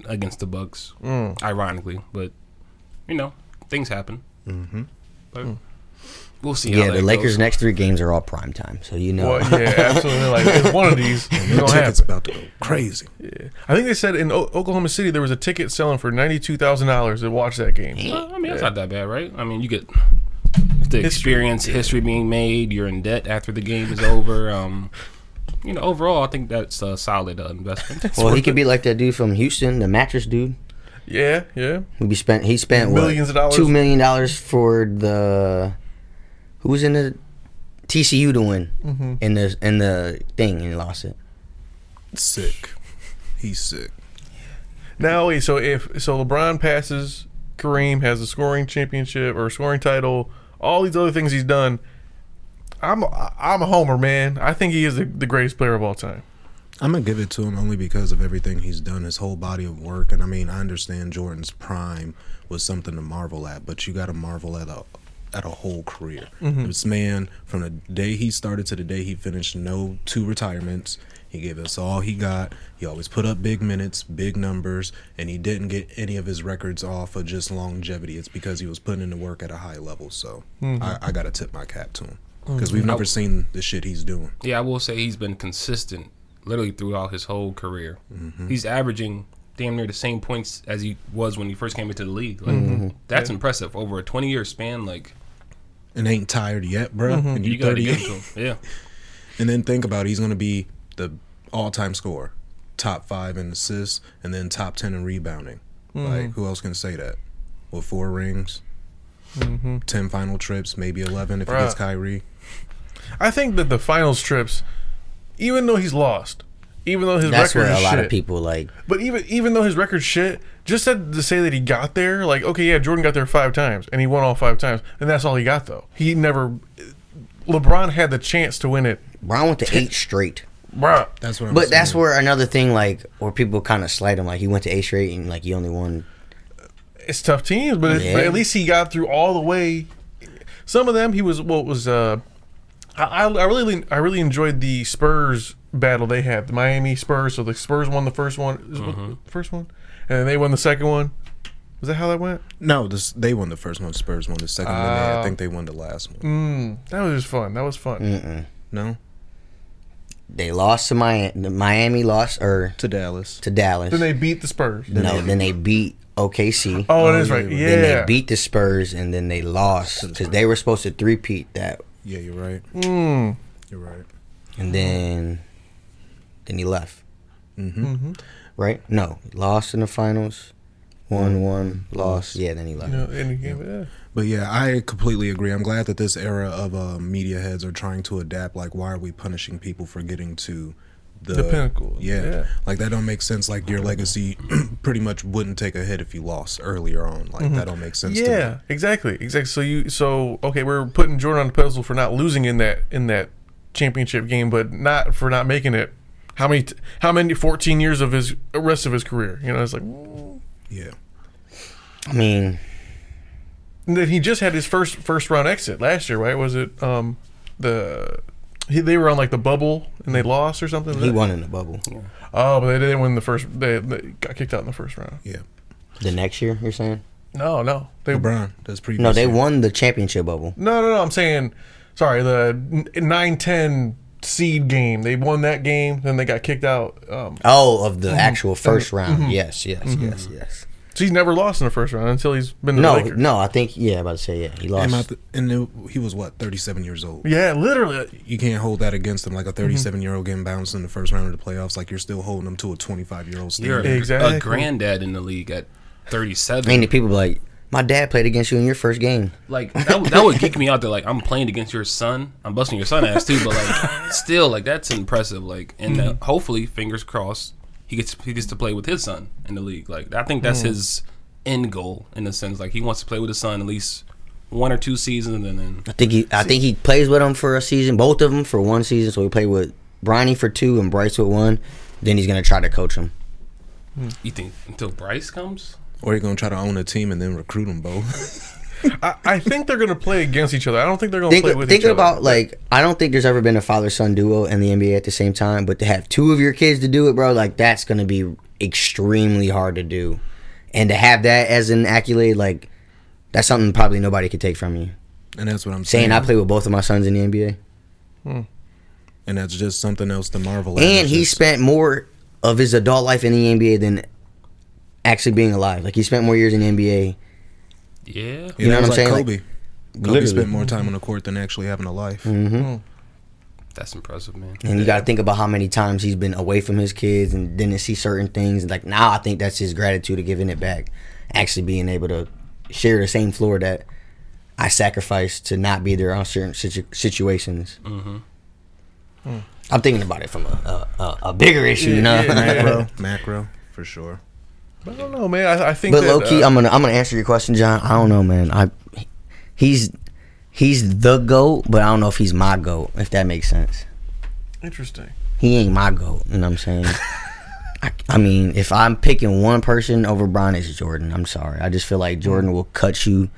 [SPEAKER 4] against the Bucks,
[SPEAKER 1] Mm.
[SPEAKER 4] ironically. But you know, things happen. Mm-hmm. But we'll see.
[SPEAKER 1] Mm. Yeah,
[SPEAKER 4] how
[SPEAKER 1] the
[SPEAKER 4] that
[SPEAKER 1] Lakers'
[SPEAKER 4] goes.
[SPEAKER 1] next three games are all prime time, so you know.
[SPEAKER 2] Well, yeah, absolutely. Like it's one of these, you
[SPEAKER 3] the
[SPEAKER 2] don't have.
[SPEAKER 3] tickets about to go crazy.
[SPEAKER 2] I think they said in o- Oklahoma City there was a ticket selling for ninety two thousand dollars to watch that game.
[SPEAKER 4] Well, I mean, it's not that bad, right? I mean, you get the experience, history being made. You're in debt after the game is over. Um, you know, overall, I think that's a solid uh, investment.
[SPEAKER 1] Well, he could be like that dude from Houston, the mattress dude.
[SPEAKER 2] Yeah, yeah.
[SPEAKER 1] Who be spent? He spent what,
[SPEAKER 2] Millions of dollars.
[SPEAKER 1] Two million dollars for the who was in the TCU to win
[SPEAKER 2] Mm-hmm.
[SPEAKER 1] in the in the thing and he lost it.
[SPEAKER 3] Sick. He's sick.
[SPEAKER 2] Now, wait, so if so, LeBron passes, Kareem has a scoring championship or scoring title, all these other things he's done. I'm I'm a homer, man. I think he is the, the greatest player of all time.
[SPEAKER 3] I'm gonna give it to him only because of everything he's done, his whole body of work, and I mean, I understand Jordan's prime was something to marvel at, but you got to marvel at a at a whole career. This man, from the day he started to the day he finished, no two retirements. He gave us all he got. He always put up big minutes, big numbers, and he didn't get any of his records off of just longevity. It's because he was putting in the work at a high level. So I, I gotta tip my cap to him because we've never seen the shit he's doing.
[SPEAKER 4] Yeah, I will say he's been consistent literally throughout his whole career. He's averaging damn near the same points as he was when he first came into the league. Like that's impressive over a 20 year span like
[SPEAKER 3] and ain't tired yet, bro. And
[SPEAKER 4] you,
[SPEAKER 3] you
[SPEAKER 4] got to give it
[SPEAKER 3] 38.
[SPEAKER 4] to him. Yeah.
[SPEAKER 3] And then think about it, he's going to be the all-time scorer, top 5 in assists and then top 10 in rebounding. Like who else can say that? With four rings, 10 final trips, maybe 11 if he
[SPEAKER 2] Bruh.
[SPEAKER 3] gets Kyrie.
[SPEAKER 2] I think that the finals trips, even though he's lost, even though his
[SPEAKER 1] That's
[SPEAKER 2] record
[SPEAKER 1] where
[SPEAKER 2] is
[SPEAKER 1] a lot
[SPEAKER 2] shit,
[SPEAKER 1] of people like.
[SPEAKER 2] But even even though his record's shit, just said to say that he got there, like okay, yeah, Jordan got there five times and he won all five times, and that's all he got though. He never. LeBron had the chance to win it,
[SPEAKER 1] Brown went to eight straight,
[SPEAKER 2] bruh.
[SPEAKER 3] That's what I'm
[SPEAKER 1] but that's
[SPEAKER 3] saying.
[SPEAKER 1] where another thing like where people kind of slight him like he went to eight straight and like he only won.
[SPEAKER 2] It's tough teams, but, it-
[SPEAKER 1] Yeah.
[SPEAKER 2] but at least he got through all the way. Some of them, he was what was. uh I, I I really I really enjoyed the Spurs battle they had, the Miami Spurs. So the Spurs won the first one, first one, and then they won the second one. Was that how that went?
[SPEAKER 3] No, this, they won the first one. Spurs won the second one. and I think they won the last one.
[SPEAKER 2] That was just fun. That was fun.
[SPEAKER 1] Mm.
[SPEAKER 3] No,
[SPEAKER 1] They lost to Miami. Miami lost or
[SPEAKER 3] to Dallas.
[SPEAKER 1] to Dallas.
[SPEAKER 2] Then they beat the Spurs.
[SPEAKER 1] no, then they beat OKC.
[SPEAKER 2] Oh, it is right. Yeah.
[SPEAKER 1] Then they beat the Spurs and then they lost because they were supposed to three-peat that,
[SPEAKER 3] Yeah, you're right.
[SPEAKER 2] Mm.
[SPEAKER 3] You're right.
[SPEAKER 1] and then then he left. Mm-hmm. Right? No, lost in the finals. One one lost. Yeah, then he left.
[SPEAKER 2] You know, in the game, yeah.
[SPEAKER 3] But yeah, I completely agree. I'm glad that this era of uh, media heads are trying to adapt. Like, why are we punishing people for getting to the,
[SPEAKER 2] The pinnacle,
[SPEAKER 3] Yeah.
[SPEAKER 2] yeah.
[SPEAKER 3] like that don't make sense. Like your legacy pretty much wouldn't take a hit if you lost earlier on. Like that don't make sense. to me.
[SPEAKER 2] Mm-hmm. yeah, exactly, exactly. So you, so okay, we're putting Jordan on the pedestal for not losing in that in that championship game, but not for not making it. How many? t- How many? Fourteen years of his the rest of his career. You know, it's like and
[SPEAKER 3] yeah.
[SPEAKER 1] I mean,
[SPEAKER 2] then he just had his first first round exit last year, right? Was it um the he, they were on like the bubble and they lost or something?
[SPEAKER 1] he won in the bubble.
[SPEAKER 2] Oh, but they didn't win the first. They, they got kicked out in the first round.
[SPEAKER 3] Yeah,
[SPEAKER 1] The next year, you're saying?
[SPEAKER 2] No, no, they
[SPEAKER 3] LeBron. That's pretty.
[SPEAKER 1] No, they won the championship bubble.
[SPEAKER 2] No, no, no. I'm saying, sorry, the n- 9 10 seed game. They won that game, then they got kicked out. Um,
[SPEAKER 1] Oh, of the actual 1st
[SPEAKER 2] Mm-hmm.
[SPEAKER 1] round. Yes, yes, yes, yes.
[SPEAKER 2] so he's never lost in the first round until he's been to
[SPEAKER 1] No,
[SPEAKER 2] Mm-hmm. the Lakers.
[SPEAKER 1] no, I think yeah, I'm about to say yeah. He
[SPEAKER 3] And, I
[SPEAKER 1] lost.
[SPEAKER 3] th- and it, he was what, 37 years old.
[SPEAKER 2] Yeah, literally.
[SPEAKER 3] You can't hold that against him like
[SPEAKER 2] Mm-hmm.
[SPEAKER 3] a 37 year old getting bounced in the first round of the playoffs. Like you're still holding him to a 25 year old
[SPEAKER 4] You're
[SPEAKER 3] standard.
[SPEAKER 4] a-
[SPEAKER 2] Exactly.
[SPEAKER 4] a granddad in the league at 37.
[SPEAKER 1] And the people be like, My dad played against you in your first game.
[SPEAKER 4] like that, would- that would geek me out that like I'm playing against your son. I'm busting your son ass too, but like still like that's impressive. Like and uh,
[SPEAKER 1] Mm-hmm.
[SPEAKER 4] hopefully, fingers crossed, he gets he gets to play with his son in the league. Like I think
[SPEAKER 1] Mm.
[SPEAKER 4] that's his end goal in a sense. Like he wants to play with his son at least one or two seasons, and then
[SPEAKER 1] I think he I think he plays with him for a season, both of them for one season. So he played with Bronny for two and Bryce with one. Then he's gonna try to coach him.
[SPEAKER 4] you think until Bryce comes.
[SPEAKER 3] Or you're going to try to own a team and then recruit him, Bo.
[SPEAKER 2] I, I think they're gonna play against each other. I don't think they're gonna
[SPEAKER 1] Think,
[SPEAKER 2] play with
[SPEAKER 1] think
[SPEAKER 2] each
[SPEAKER 1] about
[SPEAKER 2] other.
[SPEAKER 1] like I don't think there's ever been a father son duo in the NBA at the same time, but to have two of your kids to do it, bro, like that's gonna be extremely hard to do. And to have that as an accolade, like that's something probably nobody could take from you.
[SPEAKER 3] and that's what I'm saying.
[SPEAKER 1] Saying I play with both of my sons in the NBA.
[SPEAKER 3] and that's just something else to marvel at.
[SPEAKER 1] And
[SPEAKER 3] It's
[SPEAKER 1] he
[SPEAKER 3] just-
[SPEAKER 1] spent more of his adult life in the NBA than actually being alive. Like he spent more years in the NBA.
[SPEAKER 4] Yeah,
[SPEAKER 3] Yeah,
[SPEAKER 1] you know what
[SPEAKER 3] that was
[SPEAKER 1] I'm saying?
[SPEAKER 3] Kobe. Kobe
[SPEAKER 1] literally. Mm-hmm.
[SPEAKER 3] spent more time on the court than actually having a life.
[SPEAKER 4] that's impressive, man.
[SPEAKER 1] And you got to think about how many times he's been away from his kids and didn't see certain things. Like now, I think that's his gratitude of giving it back, actually being able to share the same floor that I sacrificed to not be there on certain situ- situations.
[SPEAKER 2] Mm-hmm.
[SPEAKER 1] I'm thinking about it from a a, a, a bigger issue, you know.
[SPEAKER 2] Yeah, yeah, yeah.
[SPEAKER 3] Macro, macro, for sure.
[SPEAKER 2] I don't know, man. I, I think.
[SPEAKER 1] But
[SPEAKER 2] that,
[SPEAKER 1] low key,
[SPEAKER 2] uh,
[SPEAKER 1] I'm gonna I'm gonna answer your question, John. I don't know, man. I he's he's the goat, but I don't know if he's my goat. If that makes sense,
[SPEAKER 2] interesting.
[SPEAKER 1] he ain't my goat. You know what I'm saying? I, I mean, if I'm picking one person over Brian, it's Jordan. I'm sorry. I just feel like Jordan will cut you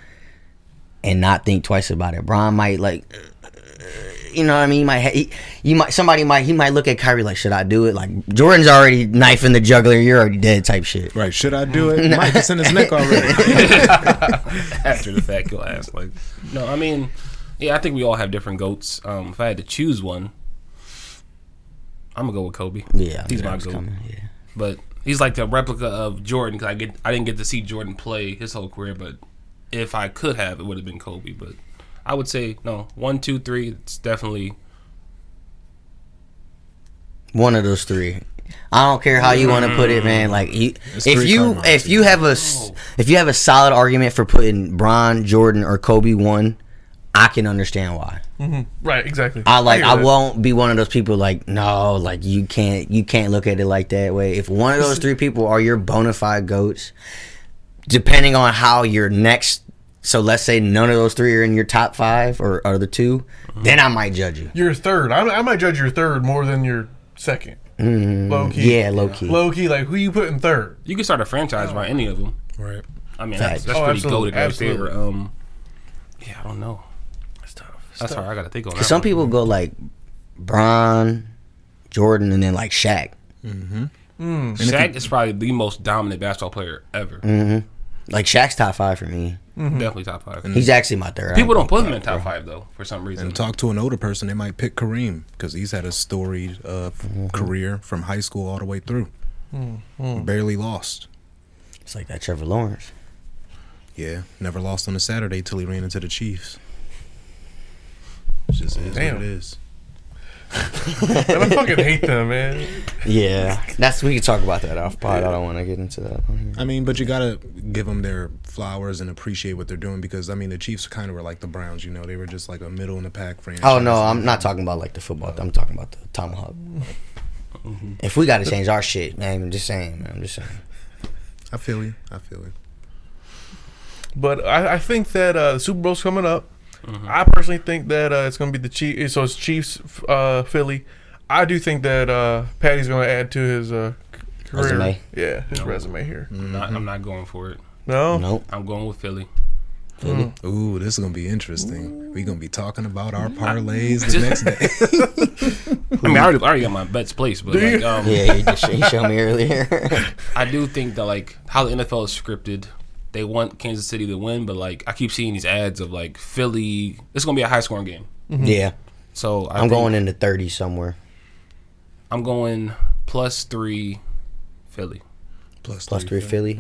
[SPEAKER 1] and not think twice about it. Brian might like. uh, You know what I mean? He might ha- he, you might somebody might he might look at Kyrie like, should I do it? Like Jordan's already knifing the juggler, you're already dead type shit.
[SPEAKER 3] Right? Should I do it? Mike is in his neck already.
[SPEAKER 4] after the fact you'll ask like no i mean yeah i think we all have different goats um if i had to choose one i'm gonna go with kobe
[SPEAKER 1] Yeah, I
[SPEAKER 4] he's
[SPEAKER 1] knew that
[SPEAKER 4] my
[SPEAKER 1] was
[SPEAKER 4] goat
[SPEAKER 1] coming, yeah.
[SPEAKER 4] but he's like the replica of jordan because i get i didn't get to see jordan play his whole career but if i could have it would have been kobe but i would say no one two three it's definitely
[SPEAKER 1] One of those three. I don't care how you want to put it, man. Like you,
[SPEAKER 3] It's
[SPEAKER 1] if
[SPEAKER 3] three
[SPEAKER 1] you
[SPEAKER 3] cardinals,
[SPEAKER 1] if you have a s- if you have a solid argument for putting Bron, Jordan, or Kobe one, I can understand why.
[SPEAKER 2] Right. Exactly.
[SPEAKER 1] I like
[SPEAKER 2] hear
[SPEAKER 1] I
[SPEAKER 2] that.
[SPEAKER 1] won't be one of those people like no, like you can't you can't look at it like that way. If one of those three people are your bona fide goats, depending on how your next. So let's say none of those three are in your top five or, or the 2 then I might judge you.
[SPEAKER 2] Your third. I, I might judge your third more than your 2nd Low key.
[SPEAKER 1] Mm-hmm. Yeah, low key.
[SPEAKER 2] Low key. Like who you put in third?
[SPEAKER 4] you can start a franchise by any of them
[SPEAKER 3] right.
[SPEAKER 4] i mean
[SPEAKER 1] Facts.
[SPEAKER 4] that's, that's
[SPEAKER 2] Oh,
[SPEAKER 4] pretty
[SPEAKER 2] absolutely,
[SPEAKER 4] goated right
[SPEAKER 2] absolutely.
[SPEAKER 4] there um yeah i don't know
[SPEAKER 2] That's tough.
[SPEAKER 4] that's hard i gotta think on that
[SPEAKER 1] Cause some
[SPEAKER 4] one.
[SPEAKER 1] people go like Bron, Jordan, and then like Shaq.
[SPEAKER 4] Shaq is probably the most dominant basketball player ever.
[SPEAKER 1] Mm-hmm. Like Shaq's top five for me.
[SPEAKER 2] Mm-hmm.
[SPEAKER 4] Definitely top five.
[SPEAKER 1] He's actually my third.
[SPEAKER 4] People don't put him in top five though for some reason.
[SPEAKER 3] And talk to an older person, they might pick Kareem because he's had a storied uh, f-
[SPEAKER 1] Mm-hmm.
[SPEAKER 3] career from high school all the way through. Barely lost.
[SPEAKER 1] It's like that Trevor Lawrence.
[SPEAKER 3] Yeah, never lost on a Saturday till he ran into the Chiefs. It's just is
[SPEAKER 2] Damn.
[SPEAKER 3] what it is.
[SPEAKER 2] I fucking hate them, man.
[SPEAKER 1] Yeah, that's we can talk about that off pod. I don't want to get into that. On here.
[SPEAKER 3] I mean, but you gotta give them their flowers and appreciate what they're doing because I mean, the Chiefs kind of were like the Browns. You know, they were just like a middle in the pack franchise.
[SPEAKER 1] Oh no, I'm not talking about like the football. I'm talking about the tomahawk. If we got to change our shit, man, I'm just saying, man, I'm just saying.
[SPEAKER 3] I feel you. I feel you.
[SPEAKER 2] But I, I think that uh, the Super Bowl's coming up.
[SPEAKER 4] Mm-hmm.
[SPEAKER 2] I personally think that uh, it's going to be the Chiefs. So it's Chiefs, uh, Philly. I do think that uh, Patty's going to add to his uh, c- career.
[SPEAKER 1] Resume.
[SPEAKER 2] Yeah, his
[SPEAKER 4] No.
[SPEAKER 2] resume here.
[SPEAKER 4] I'm not,
[SPEAKER 1] Mm-hmm.
[SPEAKER 4] I'm not going for it.
[SPEAKER 2] No,
[SPEAKER 1] Nope.
[SPEAKER 4] I'm going with Philly.
[SPEAKER 3] Mm. Ooh, this is gonna be interesting. we gonna be talking about our parlays the next
[SPEAKER 4] Just-
[SPEAKER 3] day.
[SPEAKER 4] I mean, I already, I already got my bets placed, but
[SPEAKER 2] Do
[SPEAKER 4] like,
[SPEAKER 2] you?
[SPEAKER 4] um,
[SPEAKER 1] Yeah, you just you showed me earlier.
[SPEAKER 4] I do think that like how the NFL is scripted, they want Kansas
[SPEAKER 1] Mm-hmm.
[SPEAKER 4] City to win, but like I keep seeing these ads of like Philly. It's gonna be a high scoring game.
[SPEAKER 1] yeah,
[SPEAKER 4] So I
[SPEAKER 1] I'm
[SPEAKER 4] think
[SPEAKER 1] going in the 30s somewhere.
[SPEAKER 4] I'm going plus three, Philly.
[SPEAKER 3] Plus,
[SPEAKER 1] Plus three Philly.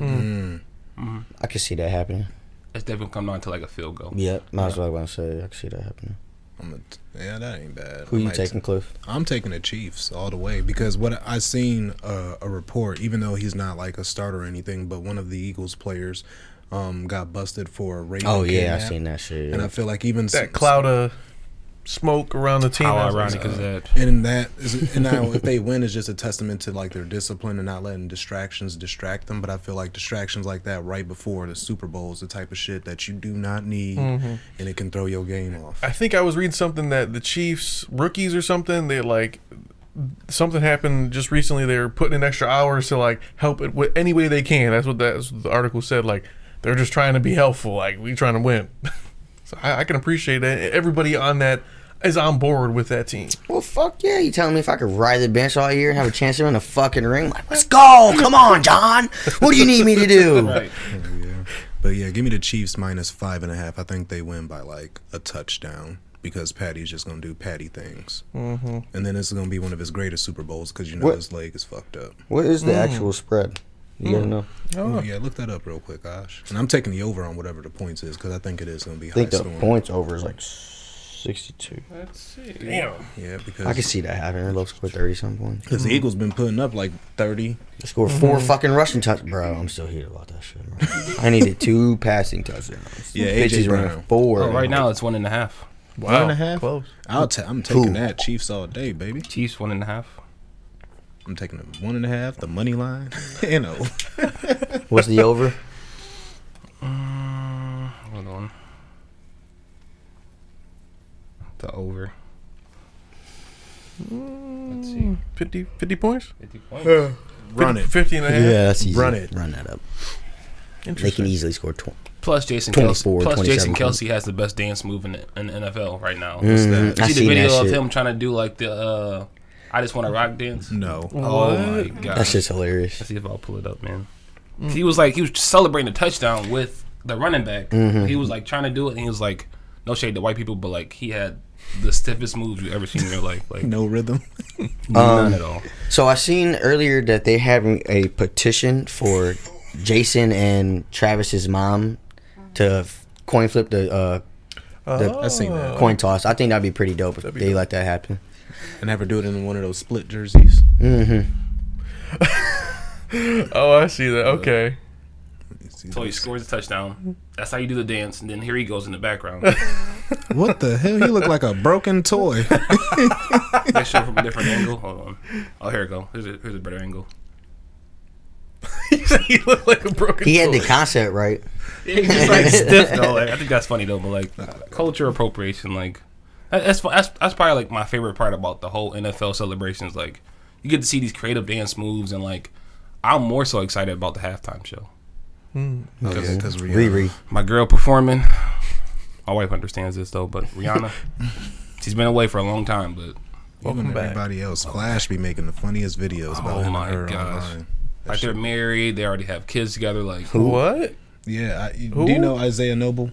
[SPEAKER 1] I could see that happening.
[SPEAKER 4] It's definitely come down to like a field goal.
[SPEAKER 1] Yep, that's what I was about to say. I could see that happening.
[SPEAKER 3] I'm a- yeah, that ain't bad.
[SPEAKER 1] Who
[SPEAKER 3] I
[SPEAKER 1] you
[SPEAKER 3] might-
[SPEAKER 1] taking, Cliff?
[SPEAKER 3] I'm taking the Chiefs all the way because what I seen uh, a report, even though he's not like a starter or anything, but one of the Eagles players um, got busted for rape.
[SPEAKER 1] Oh
[SPEAKER 3] and
[SPEAKER 1] yeah, I
[SPEAKER 3] kidnap.
[SPEAKER 1] seen that shit.
[SPEAKER 3] And I
[SPEAKER 1] yeah.
[SPEAKER 3] feel like even
[SPEAKER 2] That cloud of smoke around the team.
[SPEAKER 4] How
[SPEAKER 2] I was like,
[SPEAKER 4] ironic is that?
[SPEAKER 3] and that is and now if they win is just a testament to like their discipline and not letting distractions distract them but i feel like distractions like that right before the super bowl is the type of shit that you do not need
[SPEAKER 1] Mm-hmm.
[SPEAKER 3] and it can throw your game off
[SPEAKER 2] I think I was reading something that the Chiefs rookies or something they like something happened just recently. They were putting in extra hours to like help it with any way they can. That's what that that's what the article said. Like they're just trying to be helpful. Like we trying to win. so I, I can appreciate that. Everybody on that is on board with that team.
[SPEAKER 1] Well, fuck yeah! You telling me if I could ride the bench all year and have a chance to win the fucking ring? Like, let's go! Come on, John. What do you need me to do?
[SPEAKER 3] but yeah give me the chiefs minus five and a half i think they win by like a touchdown because patty's just gonna do patty things mm-hmm. and then it's gonna be one of his greatest super bowls because you know
[SPEAKER 1] What-
[SPEAKER 3] his leg is fucked up
[SPEAKER 1] What is the actual spread? You gotta know.
[SPEAKER 3] oh yeah look that up real quick Ash. and i'm taking the over on whatever the points is because i think it is gonna be
[SPEAKER 1] I think
[SPEAKER 3] high
[SPEAKER 1] the
[SPEAKER 3] scoring.
[SPEAKER 1] points over is like sixty-two.
[SPEAKER 4] Let's see.
[SPEAKER 3] yeah because
[SPEAKER 1] I can see that happening. They'll score thirty some points.
[SPEAKER 3] Because the Eagles been putting up like 30.
[SPEAKER 1] They score 4 fucking rushing touchdowns, bro. I'm still heated about that shit. Bro. I needed two passing touchdowns.
[SPEAKER 3] Yeah,
[SPEAKER 1] Bitches
[SPEAKER 3] AJ
[SPEAKER 1] running
[SPEAKER 3] Brown.
[SPEAKER 1] four.
[SPEAKER 4] Well, right now it's one and a half.
[SPEAKER 2] Wow,
[SPEAKER 1] and a half?
[SPEAKER 2] close.
[SPEAKER 3] I'll ta- I'm taking
[SPEAKER 1] Who?
[SPEAKER 3] that Chiefs all day, baby.
[SPEAKER 4] Chiefs one and a half.
[SPEAKER 3] I'm taking them one and a half, the money line, you know.
[SPEAKER 1] What's the over?
[SPEAKER 4] Hold on. The over. Let's see.
[SPEAKER 2] 50, 50 points.
[SPEAKER 4] Fifty points.
[SPEAKER 3] Uh, Run
[SPEAKER 2] 50,
[SPEAKER 3] it.
[SPEAKER 2] 50 and a half.
[SPEAKER 1] that's easy.
[SPEAKER 3] Run it.
[SPEAKER 1] Run that up. They
[SPEAKER 2] Interesting.
[SPEAKER 1] can easily score twenty.
[SPEAKER 4] Plus Jason Kelsey.
[SPEAKER 1] 24,
[SPEAKER 4] Plus
[SPEAKER 1] 27
[SPEAKER 4] Jason
[SPEAKER 1] points.
[SPEAKER 4] Kelsey has the best dance move in the, in the NFL right now.
[SPEAKER 1] Mhm, I
[SPEAKER 4] You see
[SPEAKER 1] seen
[SPEAKER 4] the video
[SPEAKER 1] that
[SPEAKER 4] of
[SPEAKER 1] shit.
[SPEAKER 4] him trying to do like the uh, I just want to rock dance.
[SPEAKER 3] No.
[SPEAKER 4] Oh my god!
[SPEAKER 1] That's
[SPEAKER 4] Let's
[SPEAKER 1] just hilarious.
[SPEAKER 4] see if I'll pull it up, man. He was like he was celebrating the touchdown with the running back.
[SPEAKER 1] Mm-hmm.
[SPEAKER 4] He was like trying to do it, and he was like, no shade to white people, but like he had the stiffest moves you ever seen in your life, like
[SPEAKER 3] No rhythm.
[SPEAKER 1] Um,
[SPEAKER 4] none at all.
[SPEAKER 1] So I seen earlier that they having a petition for Jason and Travis's mom to f- coin flip the uh, the
[SPEAKER 4] Oh.
[SPEAKER 3] I seen that.
[SPEAKER 1] coin toss. I think that'd be pretty dope if
[SPEAKER 2] be
[SPEAKER 1] they
[SPEAKER 2] dope.
[SPEAKER 1] let that happen.
[SPEAKER 3] And have her do it in one of those split jerseys.
[SPEAKER 2] Oh, I see that. Okay.
[SPEAKER 4] So he scores a touchdown. That's how you do the dance, and then here he goes in the background.
[SPEAKER 3] What the hell? He look like a broken toy.
[SPEAKER 4] Let's show from a different angle. Hold on. Oh, here we go. Here's a, here's a better angle.
[SPEAKER 2] he looked like a broken.
[SPEAKER 1] He had
[SPEAKER 2] toy.
[SPEAKER 1] the concept right.
[SPEAKER 4] Yeah, he's just, like stiff though. Like, I think that's funny though, but like culture appropriation, like that- that's fu- that's that's probably like my favorite part about the whole NFL celebrations. Like you get to see these creative dance moves, and like I'm more so excited about the halftime show.
[SPEAKER 3] Because
[SPEAKER 1] Riri.
[SPEAKER 4] My girl performing. My wife understands this though, but Rihanna, she's been away for a long time, but
[SPEAKER 2] Welcome back.
[SPEAKER 3] Everybody else. Flash be making the funniest videos about
[SPEAKER 4] Oh
[SPEAKER 3] him and
[SPEAKER 4] my
[SPEAKER 3] her
[SPEAKER 4] gosh.
[SPEAKER 3] online.
[SPEAKER 4] like they're married, they already have kids together. Like
[SPEAKER 2] What?
[SPEAKER 3] Yeah. I, do you know Isaiah Noble?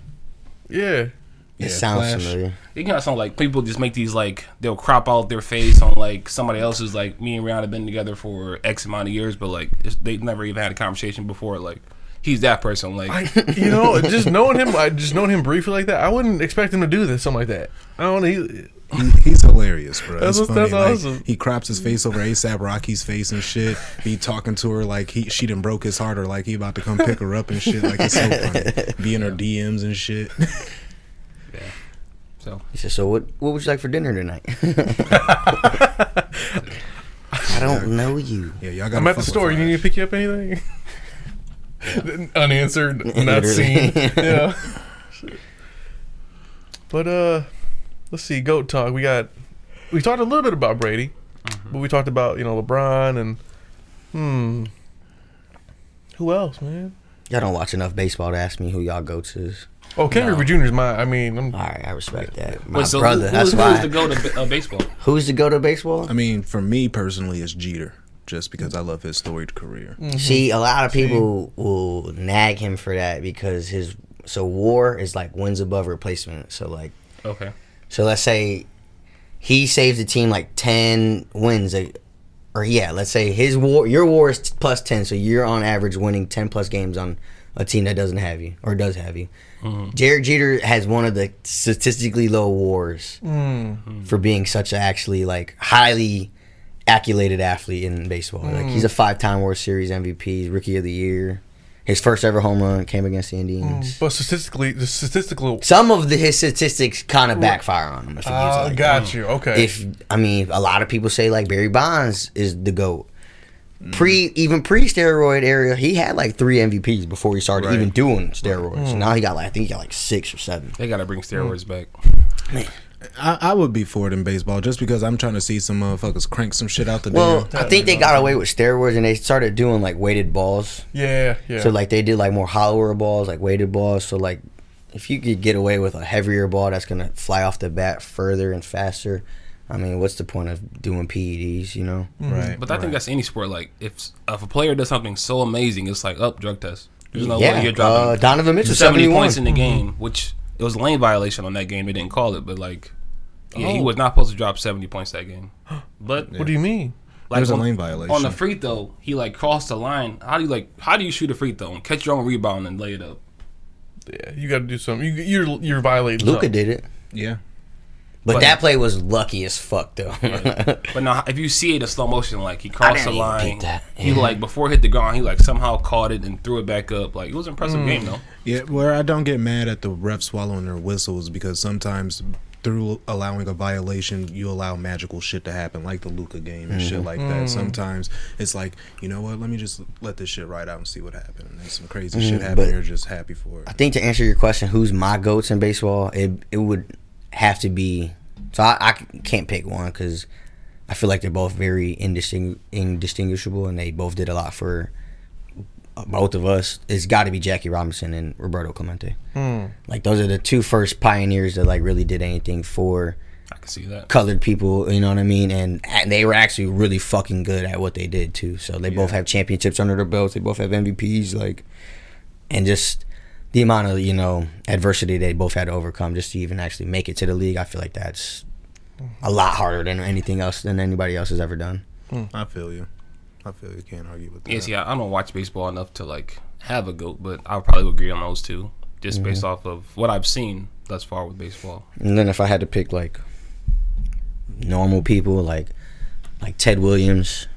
[SPEAKER 2] Yeah.
[SPEAKER 1] It
[SPEAKER 3] Yeah,
[SPEAKER 1] sounds
[SPEAKER 3] Flash.
[SPEAKER 1] familiar.
[SPEAKER 4] It kind of sound like people just make these like they'll crop out their face on like somebody else's like me and Rihanna been together for X amount of years, but like it's, they've never even had a conversation before. Like he's that person. Like
[SPEAKER 2] I, you know, just knowing him, I just knowing him briefly like that, I wouldn't expect him to do this, something like that. I don't. He,
[SPEAKER 3] He, he's hilarious, bro.
[SPEAKER 2] That's
[SPEAKER 3] It's
[SPEAKER 2] what- that's
[SPEAKER 3] funny, like,
[SPEAKER 2] awesome.
[SPEAKER 3] He crops his face over ASAP Rocky's face and shit. Be talking to her like he she done broke his heart or like he about to come pick her up and shit. Like it's so funny. Be in her DMs and shit.
[SPEAKER 4] so
[SPEAKER 1] He said, "So what? What would you like for dinner tonight?" I don't know you.
[SPEAKER 3] Yeah, y'all got.
[SPEAKER 2] I'm at the store. You need me to pick you up anything? Unanswered, not
[SPEAKER 1] Literally.
[SPEAKER 2] seen. Yeah. But uh, let's see. Goat talk. We got. We talked a little bit about Brady, but we talked about you know LeBron and hmm. Who else, man?
[SPEAKER 1] Y'all don't watch enough baseball to ask me who y'all goats is.
[SPEAKER 2] Oh, Ken Griffey Jr. is my. I mean, I'm,
[SPEAKER 1] All right, I respect that. My
[SPEAKER 4] Wait, so
[SPEAKER 1] brother.
[SPEAKER 4] who,
[SPEAKER 1] that's
[SPEAKER 4] who's,
[SPEAKER 1] why.
[SPEAKER 4] who's the go to uh, baseball?
[SPEAKER 1] who's the go to baseball?
[SPEAKER 3] I mean, for me personally, it's Jeter, just because I love his storied career.
[SPEAKER 2] Mm.
[SPEAKER 1] See, a lot of people will nag him for that because his so WAR is like wins above replacement. So like,
[SPEAKER 4] Okay,
[SPEAKER 1] so let's say he saves the team like ten wins, a, or yeah, let's say his war, your war is plus ten, so you're on average winning ten plus games on a team that doesn't have you or does have you. Jared Jeter has one of the statistically low wars for being such a actually like highly accoladed athlete in baseball. Like he's a five-time World Series MVP, he's Rookie of the Year. His first ever home run came against the Indians.
[SPEAKER 2] But statistically, the statistical.
[SPEAKER 1] Some of the, his statistics kind of backfire on him. If you use it
[SPEAKER 2] Ah,
[SPEAKER 1] like that.
[SPEAKER 2] got you. Okay.
[SPEAKER 1] If I mean, a lot of people say like Barry Bonds is the goat. Pre even pre steroid era, he had like three MVPs before he started
[SPEAKER 3] Right.
[SPEAKER 1] even doing steroids. Now he got like I think he got like six or seven.
[SPEAKER 4] They gotta bring
[SPEAKER 1] Mm.
[SPEAKER 4] steroids back.
[SPEAKER 3] I, I would be for it in baseball just because I'm trying to see some motherfuckers crank some shit out the
[SPEAKER 1] Well,
[SPEAKER 3] damn-
[SPEAKER 1] I think they got away with steroids and they started doing like weighted balls.
[SPEAKER 2] yeah, yeah.
[SPEAKER 1] So like they did like more hollower balls, like weighted balls. So like if you could get away with a heavier ball that's gonna fly off the bat further and faster, I mean, what's the point of doing PEDs? You know,
[SPEAKER 3] right?
[SPEAKER 4] But I think that's any sport. Like if if a player does something so amazing, it's like up drug test. There's no
[SPEAKER 1] yeah.
[SPEAKER 4] way you're dropping
[SPEAKER 1] uh, Donovan Mitchell,
[SPEAKER 4] 70
[SPEAKER 1] seventy-one.
[SPEAKER 4] points in the game, which it was a lane violation on that game. They didn't call it, but like, yeah, he was not supposed to drop 70 points that game. But
[SPEAKER 2] what do you mean?
[SPEAKER 4] like
[SPEAKER 3] There's a
[SPEAKER 4] on,
[SPEAKER 3] lane violation.
[SPEAKER 4] on the free throw, he like crossed the line. How do you like? How do you shoot a free throw and catch your own rebound and lay it up?
[SPEAKER 2] Yeah, you got to do something. You, you're you're violating.
[SPEAKER 1] Luca
[SPEAKER 2] something.
[SPEAKER 1] did it.
[SPEAKER 3] yeah.
[SPEAKER 1] But,
[SPEAKER 4] But-
[SPEAKER 1] that play was lucky as fuck though.
[SPEAKER 4] But now, if you see it in slow motion, like he crossed the
[SPEAKER 1] didn't even
[SPEAKER 4] line,
[SPEAKER 1] peep that.
[SPEAKER 4] he
[SPEAKER 1] Yeah.
[SPEAKER 4] like before it hit the ground, he like somehow caught it and threw it back up. Like it was an impressive game though.
[SPEAKER 3] Yeah, where I don't get mad at the ref swallowing their whistles because sometimes through allowing a violation, you allow magical shit to happen, like the Luca game and
[SPEAKER 1] Mm-hmm.
[SPEAKER 3] shit like that. Sometimes it's like, you know what? Let me just let this shit ride out and see what happens. And then some crazy shit happen.
[SPEAKER 1] Mm-hmm, but-
[SPEAKER 3] You're just happy for it.
[SPEAKER 1] I think to answer your question, who's my goats in baseball? It it would have to be. So I, I can't pick one because I feel like they're both very indistingu- indistinguishable, and they both did a lot for both of us. It's got to be Jackie Robinson and Roberto Clemente. Like those are the two first pioneers that like really did anything for
[SPEAKER 4] I can see that.
[SPEAKER 1] colored people, you know what I mean? And, and they were actually really fucking good at what they did too. So they both have championships under their belts. They both have MVPs, like, and just the amount of you know adversity they both had to overcome just to even actually make it to the league. I feel like that's a lot harder than anything else than anybody else has ever done.
[SPEAKER 3] I feel you. I feel you. Can't argue with that.
[SPEAKER 4] Yeah, see, I, I don't watch baseball enough to like have a goat, but I probably would agree on those two, just based off of what I've seen thus far with baseball.
[SPEAKER 1] And then if I had to pick like normal people, like like Ted Williams.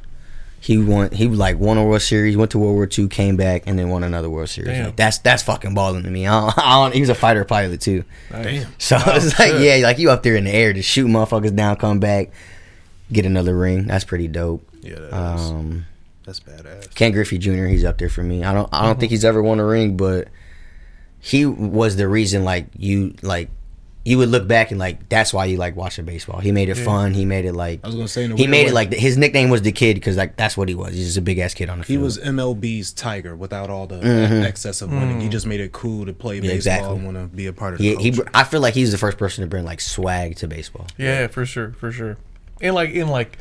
[SPEAKER 1] He won. He like won a World Series, went to World War II, came back, and then won another World Series.
[SPEAKER 2] Damn.
[SPEAKER 1] Like, that's that's fucking balling to me. I don't, I don't, he was a fighter pilot too,
[SPEAKER 2] Nice.
[SPEAKER 1] so it's like yeah, like you up there in the air to shoot motherfuckers down, come back, get another ring. That's pretty dope.
[SPEAKER 3] Yeah, that is-
[SPEAKER 1] Um,
[SPEAKER 3] that's badass.
[SPEAKER 1] Ken Griffey Jr. He's up there for me. I don't I don't think
[SPEAKER 3] Uh-huh.
[SPEAKER 1] he's ever won a ring, but he was the reason like you like you would look back and like that's why you like watching baseball. He made it fun. He made it like
[SPEAKER 3] I was gonna say in a
[SPEAKER 1] he
[SPEAKER 3] weird
[SPEAKER 1] made
[SPEAKER 3] way-
[SPEAKER 1] it like his nickname was the kid because like that's what he was. He's just a big ass kid on the
[SPEAKER 3] He
[SPEAKER 1] field.
[SPEAKER 3] was MLB's Tiger without all the excess of winning. He just made it cool to play baseball
[SPEAKER 1] Mm-hmm. exactly.
[SPEAKER 3] and want to be a part of the
[SPEAKER 1] he, he
[SPEAKER 3] culture.
[SPEAKER 1] I feel like he's the first person to bring like swag to baseball.
[SPEAKER 2] Yeah, for sure, for sure. And like in like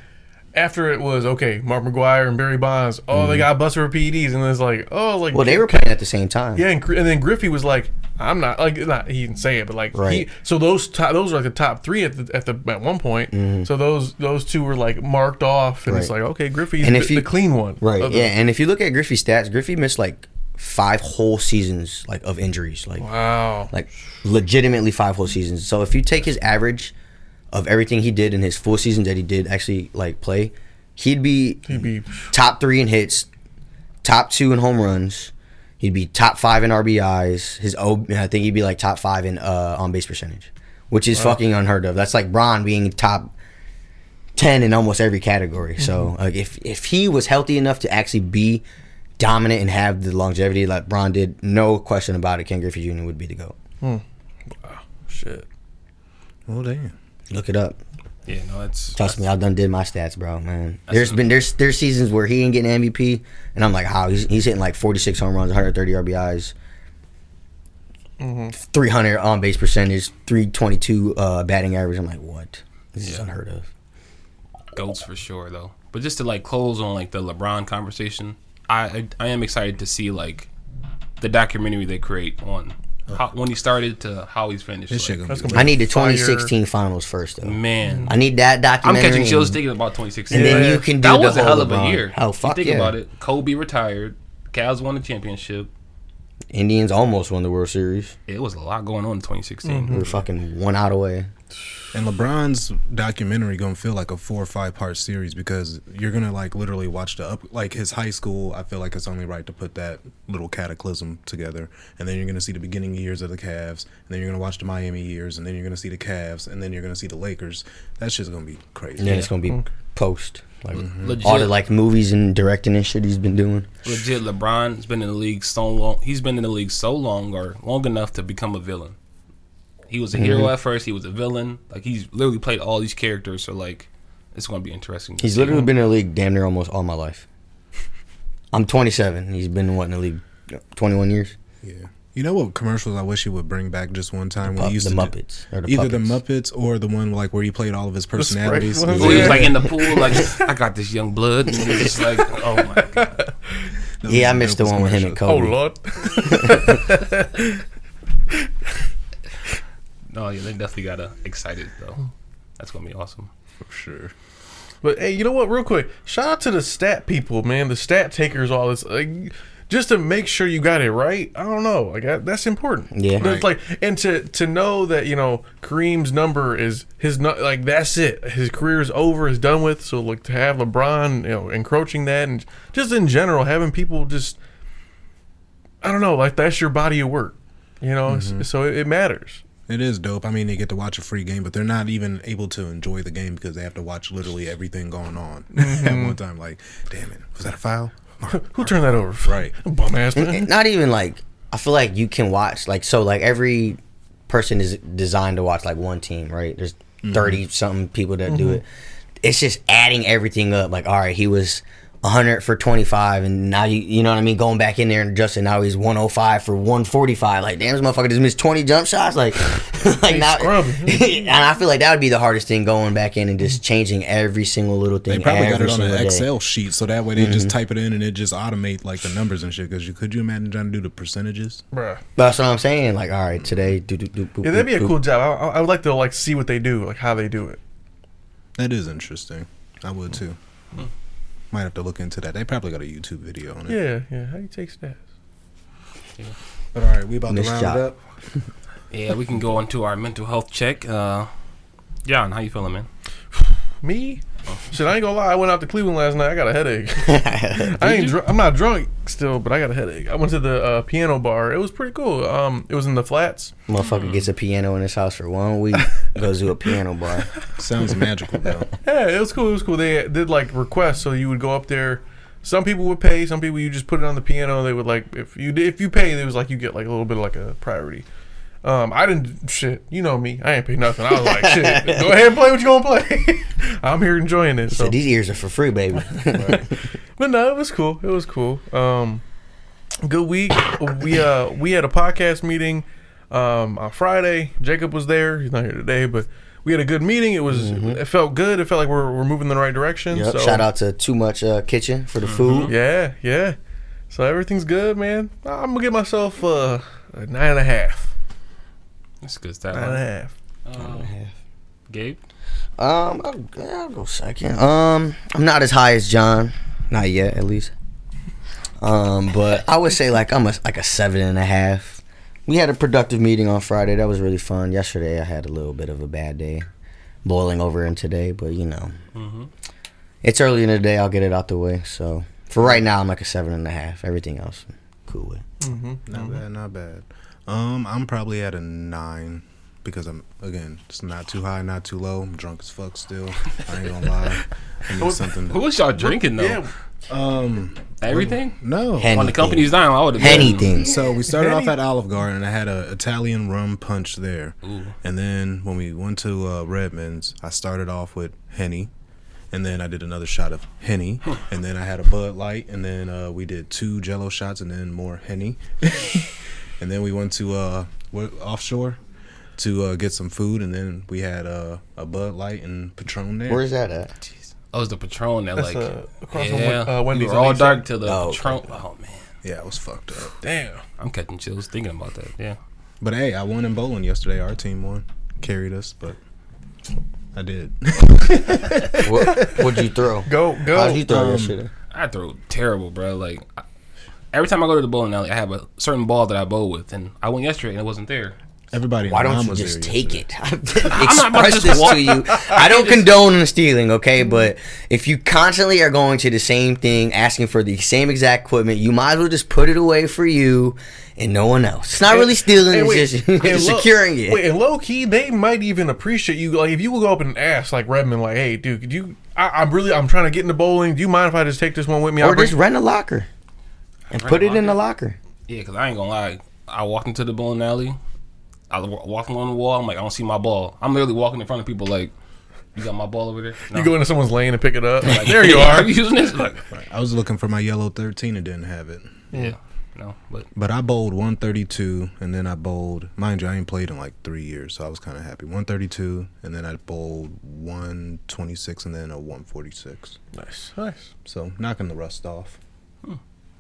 [SPEAKER 2] after it was okay, Mark McGuire and Barry Bonds. Oh, they got busted for PEDs, and it's like oh, like
[SPEAKER 1] Mm-hmm. Well, they were playing at the same time.
[SPEAKER 2] yeah, and, Gr- and then Griffey was like. I'm not like not he didn't say it, but like he,
[SPEAKER 1] Right.
[SPEAKER 2] so those top, those were like the top three at the at the at one point. So those those two were like marked off, and it's
[SPEAKER 1] Mm-hmm. Right.
[SPEAKER 2] like okay, Griffey's
[SPEAKER 1] And
[SPEAKER 2] the,
[SPEAKER 1] if you-
[SPEAKER 2] the clean one,
[SPEAKER 1] Right.
[SPEAKER 2] Of the-
[SPEAKER 1] yeah, and if you look at Griffey's stats, Griffey missed like five whole seasons like of injuries. Like
[SPEAKER 2] Wow.
[SPEAKER 1] like legitimately five whole seasons. So if you take his average of everything he did in his full season that he did actually like play, he'd be
[SPEAKER 2] He'd be
[SPEAKER 1] top three in hits, top two in home runs. He'd be top five in RBIs. His o, I think he'd be like top five in uh, on base percentage, which is fucking unheard of. That's like Bron being top ten in almost every category. So
[SPEAKER 2] Mm-hmm.
[SPEAKER 1] like if if he was healthy enough to actually be dominant and have the longevity like Bron did, no question about it, Ken Griffey Jr. would be the goat.
[SPEAKER 2] shit.
[SPEAKER 3] Well, damn.
[SPEAKER 1] Look it up.
[SPEAKER 4] Yeah, no, it's
[SPEAKER 1] Trust me, I done did my stats, bro, man. There's been there's there's seasons where he ain't getting MVP, and I'm like, how he's, he's hitting like 46 home runs, 130 RBIs,
[SPEAKER 4] Mm-hmm.
[SPEAKER 1] 300 on base percentage, 322 uh, batting average. I'm like, what? This is unheard of.
[SPEAKER 4] goats for sure though. But just to like close on like the LeBron conversation, I I, I am excited to see like the documentary they create on
[SPEAKER 1] Uh.
[SPEAKER 4] how, when he started to how he's finished.
[SPEAKER 3] This shit
[SPEAKER 4] Like,
[SPEAKER 3] gonna
[SPEAKER 2] That's
[SPEAKER 3] be
[SPEAKER 2] gonna
[SPEAKER 1] I need the
[SPEAKER 2] Fire.
[SPEAKER 1] 2016 finals first, though.
[SPEAKER 4] man,
[SPEAKER 1] I need that
[SPEAKER 4] I'm
[SPEAKER 1] Mm. documentary.
[SPEAKER 4] catching chills
[SPEAKER 1] and-
[SPEAKER 4] thinking about 2016.
[SPEAKER 1] And then
[SPEAKER 2] Yeah.
[SPEAKER 1] you can do
[SPEAKER 4] that
[SPEAKER 1] the
[SPEAKER 4] was a
[SPEAKER 1] whole
[SPEAKER 4] hell of a
[SPEAKER 1] LeBron.
[SPEAKER 4] year.
[SPEAKER 1] Oh
[SPEAKER 4] You
[SPEAKER 1] fuck
[SPEAKER 4] think
[SPEAKER 1] yeah!
[SPEAKER 4] about it. Kobe retired. Cavs won the championship.
[SPEAKER 1] Indians almost won the World Series.
[SPEAKER 4] It was a lot going on in 2016.
[SPEAKER 1] We were fucking one out away.
[SPEAKER 3] And LeBron's documentary gonna feel like a four or five part series because you're gonna like literally watch the up like his high school. I feel like it's only right to put that little cataclysm together, and then you're gonna see the beginning years of the Cavs, and then you're gonna watch the Miami years, and then you're gonna see the Cavs, and then you're gonna see the Lakers. That shit's gonna be crazy.
[SPEAKER 1] And then it's gonna be post, like
[SPEAKER 4] Mm-hmm. Legit.
[SPEAKER 1] all the like movies and directing and shit he's been doing.
[SPEAKER 4] Legit, LeBron's been in the league so long. He's been in the league so long, or long enough to become a villain. He was a hero at first. He was a villain. Like he's literally played all these characters. So like, it's going to be interesting. to
[SPEAKER 1] He's
[SPEAKER 4] see.
[SPEAKER 1] literally been in the league damn near almost all my life. I'm 27. He's been what in the league 21 years.
[SPEAKER 3] Yeah. You know what commercials I wish he would bring back just one time when
[SPEAKER 1] Pup-
[SPEAKER 3] he used
[SPEAKER 1] the
[SPEAKER 3] to do-
[SPEAKER 1] Muppets or the
[SPEAKER 3] either
[SPEAKER 1] Puppets.
[SPEAKER 3] the Muppets or the one like where he played all of his personalities.
[SPEAKER 2] ones?
[SPEAKER 4] Or he
[SPEAKER 3] Yeah.
[SPEAKER 4] was like in the pool, like I got this young blood. And he was just like, oh my god,
[SPEAKER 3] Those
[SPEAKER 1] Yeah, I
[SPEAKER 3] were
[SPEAKER 1] missed the
[SPEAKER 3] dope
[SPEAKER 1] one with him and
[SPEAKER 3] commercials.
[SPEAKER 2] Oh
[SPEAKER 1] Kobe.
[SPEAKER 2] lord,
[SPEAKER 4] no, yeah, they definitely got to excited though. That's gonna be awesome.
[SPEAKER 3] For sure.
[SPEAKER 2] But hey, you know what? Real quick, shout out to the stat people, man. The stat takers, all this, like, just to make sure you got it right. I don't know, like I, that's important.
[SPEAKER 1] Yeah.
[SPEAKER 2] That's like, and to to know that you know Kareem's number is his nu- like that's it. His career is over, is done with. So like to have LeBron, you know, encroaching that, and just in general having people just, I don't know, like that's your body of work, you know. S- So it, it matters.
[SPEAKER 3] It is dope. I mean, they get to watch a free game, but they're not even able to enjoy the game because they have to watch literally everything going on at one time. Like, damn it, was that a foul?
[SPEAKER 2] Who turned that over?
[SPEAKER 3] Right.
[SPEAKER 2] Bum ass man.
[SPEAKER 1] And not even like I feel like you can watch like so like every person is designed to watch like one team, right? There's
[SPEAKER 2] Mm-hmm.
[SPEAKER 1] 30 something people that
[SPEAKER 3] Mm-hmm.
[SPEAKER 1] do it. It's just adding everything up like all right, he was 100 for 25 and now you you know what I mean going back in there and adjusting now he's 105 for 145 like damn this motherfucker just missed 20 jump shots like like now
[SPEAKER 2] scrubbing.
[SPEAKER 1] and I feel like that would be the hardest thing going back in and just changing every single little thing
[SPEAKER 3] They probably got
[SPEAKER 1] every
[SPEAKER 3] it on
[SPEAKER 1] single
[SPEAKER 3] an
[SPEAKER 1] day.
[SPEAKER 3] Excel sheet, so that way they just type it in and it just automate like the numbers and shit. Because you could you imagine trying to do the percentages?
[SPEAKER 2] Bruh.
[SPEAKER 1] That's what I'm saying like all right today do do do
[SPEAKER 2] Yeah, that'd be a cool job. I, I- I would like to like see what they do, like how they do it.
[SPEAKER 3] That is interesting. I would too. Might have to look into that. They probably got a YouTube video on it.
[SPEAKER 2] Yeah, yeah. How you take stats?
[SPEAKER 3] But all right, we about
[SPEAKER 1] Nice
[SPEAKER 3] to round
[SPEAKER 1] job.
[SPEAKER 3] it up.
[SPEAKER 4] Yeah, we can go into our mental health check. Uh, John, how you feeling, man?
[SPEAKER 2] Me? Shit, I ain't gonna lie. I went out to Cleveland last night. I got a headache. I ain't. Dr- I'm not drunk still, but I got a headache. I went to the uh, piano bar. It was pretty cool. Um, it was in the flats.
[SPEAKER 1] Motherfucker gets a piano in his house for one week, goes to a piano bar.
[SPEAKER 3] Sounds magical though.
[SPEAKER 2] Yeah, it was cool. It was cool. They did like requests, so you would go up there. Some people would pay. Some people you just put it on the piano. They would like if you did- if you pay, it was like you get like a little bit of like a priority. Um, I didn't shit. You know me. I ain't pay nothing. I was like shit. Go ahead and play what you gonna play. I'm here enjoying it.
[SPEAKER 1] So
[SPEAKER 2] So
[SPEAKER 1] these ears are for free, baby.
[SPEAKER 2] But no, it was cool. It was cool. Um, good week. We uh we had a podcast meeting um on Friday. Jacob was there. He's not here today, but we had a good meeting. It was it felt good. It felt like we're, we're moving in the right direction.
[SPEAKER 1] Yep.
[SPEAKER 2] So
[SPEAKER 1] Shout out to Too Much uh, Kitchen for the food.
[SPEAKER 2] Yeah, yeah. So everything's good, man. I'm gonna give myself uh, a nine and a half.
[SPEAKER 4] That's good
[SPEAKER 2] Nine and a
[SPEAKER 4] stuff.
[SPEAKER 2] half.
[SPEAKER 4] Uh, Gabe,
[SPEAKER 1] Um, I'll, I'll go second. Um, I'm not as high as John, not yet at least. Um, but I would say like I'm a, like a seven and a half. We had a productive meeting on Friday. That was really fun. Yesterday I had a little bit of a bad day, boiling over in today. But you know,
[SPEAKER 4] Mm-hmm.
[SPEAKER 1] it's early in the day. I'll get it out the way. So for right now, I'm like a seven and a half. Everything else, I'm cool with.
[SPEAKER 2] Mm-hmm.
[SPEAKER 3] Not
[SPEAKER 4] Mm-hmm.
[SPEAKER 3] bad, not bad. Um, I'm probably at a nine because I'm again, it's not too high, not too low. I'm drunk as fuck still. I ain't gonna lie. I need something.
[SPEAKER 4] who
[SPEAKER 3] To,
[SPEAKER 4] was y'all drinking though?
[SPEAKER 2] Yeah,
[SPEAKER 3] um,
[SPEAKER 4] Everything
[SPEAKER 3] no.
[SPEAKER 1] Hen-
[SPEAKER 4] on the company's dime. I would have
[SPEAKER 1] Anything.
[SPEAKER 3] So we started off at Olive Garden, and I had a Italian rum punch there. And then when we went to uh, Redmond's, I started off with Henny, and then I did another shot of Henny, and then I had a Bud Light, and then uh, we did two Jello shots, and then more Henny, and then we went to uh, what, offshore to uh, get some food, and then we had uh, a Bud Light and Patron there.
[SPEAKER 1] Where's that at?
[SPEAKER 4] Oh, it was the Patron that like
[SPEAKER 2] uh, across from
[SPEAKER 4] yeah,
[SPEAKER 2] Wen- uh,
[SPEAKER 4] we
[SPEAKER 2] Wendy's
[SPEAKER 4] were
[SPEAKER 2] on
[SPEAKER 4] all
[SPEAKER 2] East
[SPEAKER 4] dark to the
[SPEAKER 1] Oh, okay.
[SPEAKER 4] Patron. Oh man,
[SPEAKER 3] yeah, it was fucked up.
[SPEAKER 2] damn.
[SPEAKER 4] I'm catching chills thinking about that. Yeah,
[SPEAKER 3] But hey, I won in bowling yesterday. Our team won, carried us, but I did.
[SPEAKER 1] What would you throw?
[SPEAKER 2] Go, go.
[SPEAKER 1] How'd Oh, you throw
[SPEAKER 3] Um,
[SPEAKER 1] yesterday?
[SPEAKER 4] I throw terrible, bro. Like I, every time I go to the bowling alley, I have a certain ball that I bowl with, and I went yesterday and it wasn't there.
[SPEAKER 3] Everybody, in
[SPEAKER 1] Why don't
[SPEAKER 3] Nam
[SPEAKER 1] you
[SPEAKER 3] was
[SPEAKER 1] just
[SPEAKER 3] there
[SPEAKER 1] take
[SPEAKER 3] yesterday.
[SPEAKER 1] it?
[SPEAKER 4] not about to
[SPEAKER 1] Express
[SPEAKER 4] just
[SPEAKER 1] this
[SPEAKER 4] walk-
[SPEAKER 1] to you. I don't condone the stealing, okay? But if you constantly are going to the same thing, asking for the same exact equipment, you might as well just put it away for you and no one else. It's not really stealing;
[SPEAKER 2] And wait,
[SPEAKER 1] it's just
[SPEAKER 2] and
[SPEAKER 1] it's
[SPEAKER 2] low-
[SPEAKER 1] securing it.
[SPEAKER 2] Wait, and low key, they might even appreciate you. Like if you go up and ask, like Redmond, like, "Hey, dude, could you? I, I'm really, I'm trying to get into bowling. Do you mind if I just take this one with me? I'll
[SPEAKER 1] or
[SPEAKER 2] bring-
[SPEAKER 1] just rent a locker and
[SPEAKER 4] Rent
[SPEAKER 1] put
[SPEAKER 4] a
[SPEAKER 1] it in the locker.
[SPEAKER 4] Yeah, because I ain't gonna lie. I walked into the bowling alley. I wa- walked along the wall. I'm like, I don't see my ball. I'm literally walking in front of people like, you got my ball over there? No.
[SPEAKER 2] you go into someone's lane and pick it up.
[SPEAKER 4] Like,
[SPEAKER 2] Like, there you are.
[SPEAKER 4] you using this? Like,
[SPEAKER 3] I was looking for my yellow thirteen and didn't have it.
[SPEAKER 4] yeah. No, but
[SPEAKER 3] But I bowled 132, and then I bowled. Mind you, I ain't played in like three years, so I was kind of happy. 132, and then I bowled 126, and then a 146.
[SPEAKER 2] nice, nice.
[SPEAKER 3] So knocking the rust off.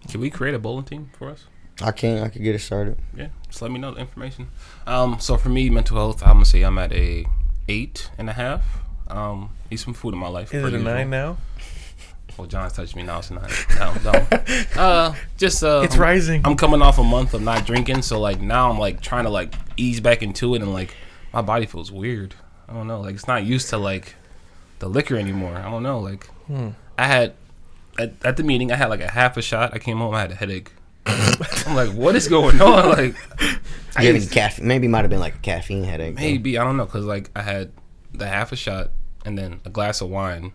[SPEAKER 4] can we create a bowling team for us?
[SPEAKER 1] I can't. I could get it started.
[SPEAKER 4] Yeah, just let me know the information. Um, so for me, mental health, I'm gonna say I'm at a eight and a half. Um, need some food in my life.
[SPEAKER 2] Is
[SPEAKER 4] per
[SPEAKER 2] it a
[SPEAKER 4] usual.
[SPEAKER 2] nine now?
[SPEAKER 4] Well, John's touched me now. It's a nine. No, don't. Uh, just uh,
[SPEAKER 2] It's
[SPEAKER 4] I'm-
[SPEAKER 2] rising.
[SPEAKER 4] I'm coming off a month of not drinking, so like now I'm like trying to like ease back into it, and like my body feels weird. I don't know, like it's not used to like the liquor anymore. I don't know, like I had at, at the meeting I had like a half a shot. I came home, I had a headache. I'm like, what is going on? Like I
[SPEAKER 1] Getting
[SPEAKER 4] used-
[SPEAKER 1] caffeine. Maybe it might have been like a caffeine headache. though.
[SPEAKER 4] maybe I don't know, cause like I had the half a shot and then a glass of wine,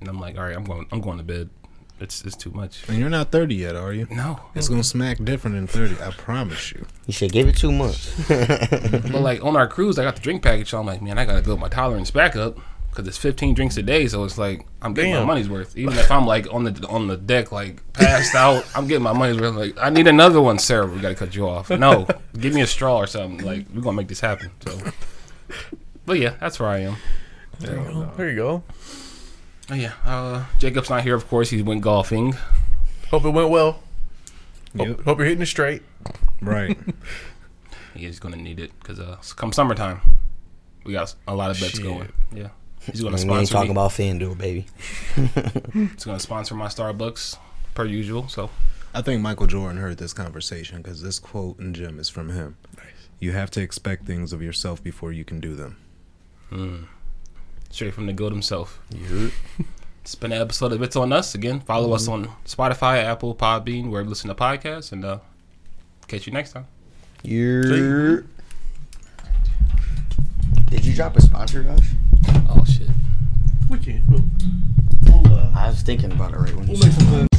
[SPEAKER 4] and I'm like, all right, I'm going, I'm going to bed. It's it's too much.
[SPEAKER 3] And you're not 30 yet, are you?
[SPEAKER 4] No,
[SPEAKER 3] It's gonna smack different than 30. I promise you.
[SPEAKER 1] You should give it two months. Mm-hmm.
[SPEAKER 4] But like on our cruise, I got the drink package. So I'm like, man, I gotta build my tolerance back up because it's 15 drinks a day. So it's like I'm getting
[SPEAKER 2] Damn.
[SPEAKER 4] my money's worth. Even if I'm like on the on the deck, like passed out, I'm getting my money's worth. Like I need another one, sir. We gotta cut you off. No, give me a straw or something. Like we're gonna make this happen. So, but yeah, that's where I am.
[SPEAKER 2] There you go.
[SPEAKER 4] Oh, yeah, uh, Jacob's not here. Of course, he went golfing.
[SPEAKER 2] Hope it went well. Hope,
[SPEAKER 3] Yep.
[SPEAKER 2] hope you're hitting it straight.
[SPEAKER 3] Right.
[SPEAKER 4] He is gonna need it because uh, come summertime, we got a lot of bets
[SPEAKER 3] Shit.
[SPEAKER 4] going. Yeah, he's gonna
[SPEAKER 1] And we ain't
[SPEAKER 4] sponsor.
[SPEAKER 1] talking
[SPEAKER 4] me.
[SPEAKER 1] about FanDuel, baby.
[SPEAKER 4] It's gonna sponsor my Starbucks per usual. So
[SPEAKER 3] I think Michael Jordan heard this conversation because this quote in Jim is from him. You have to expect things of yourself before you can do them.
[SPEAKER 4] straight from the goat himself. It's been an episode of It's on Us. Again, follow us on Spotify, Apple, Podbean, wherever you listen to podcasts, and uh, catch you next time.
[SPEAKER 1] you Did you drop a sponsor, Josh?
[SPEAKER 4] Oh shit.
[SPEAKER 2] We can. We'll, we'll, uh,
[SPEAKER 1] I was thinking about it right when you
[SPEAKER 2] we'll
[SPEAKER 1] said
[SPEAKER 2] make some.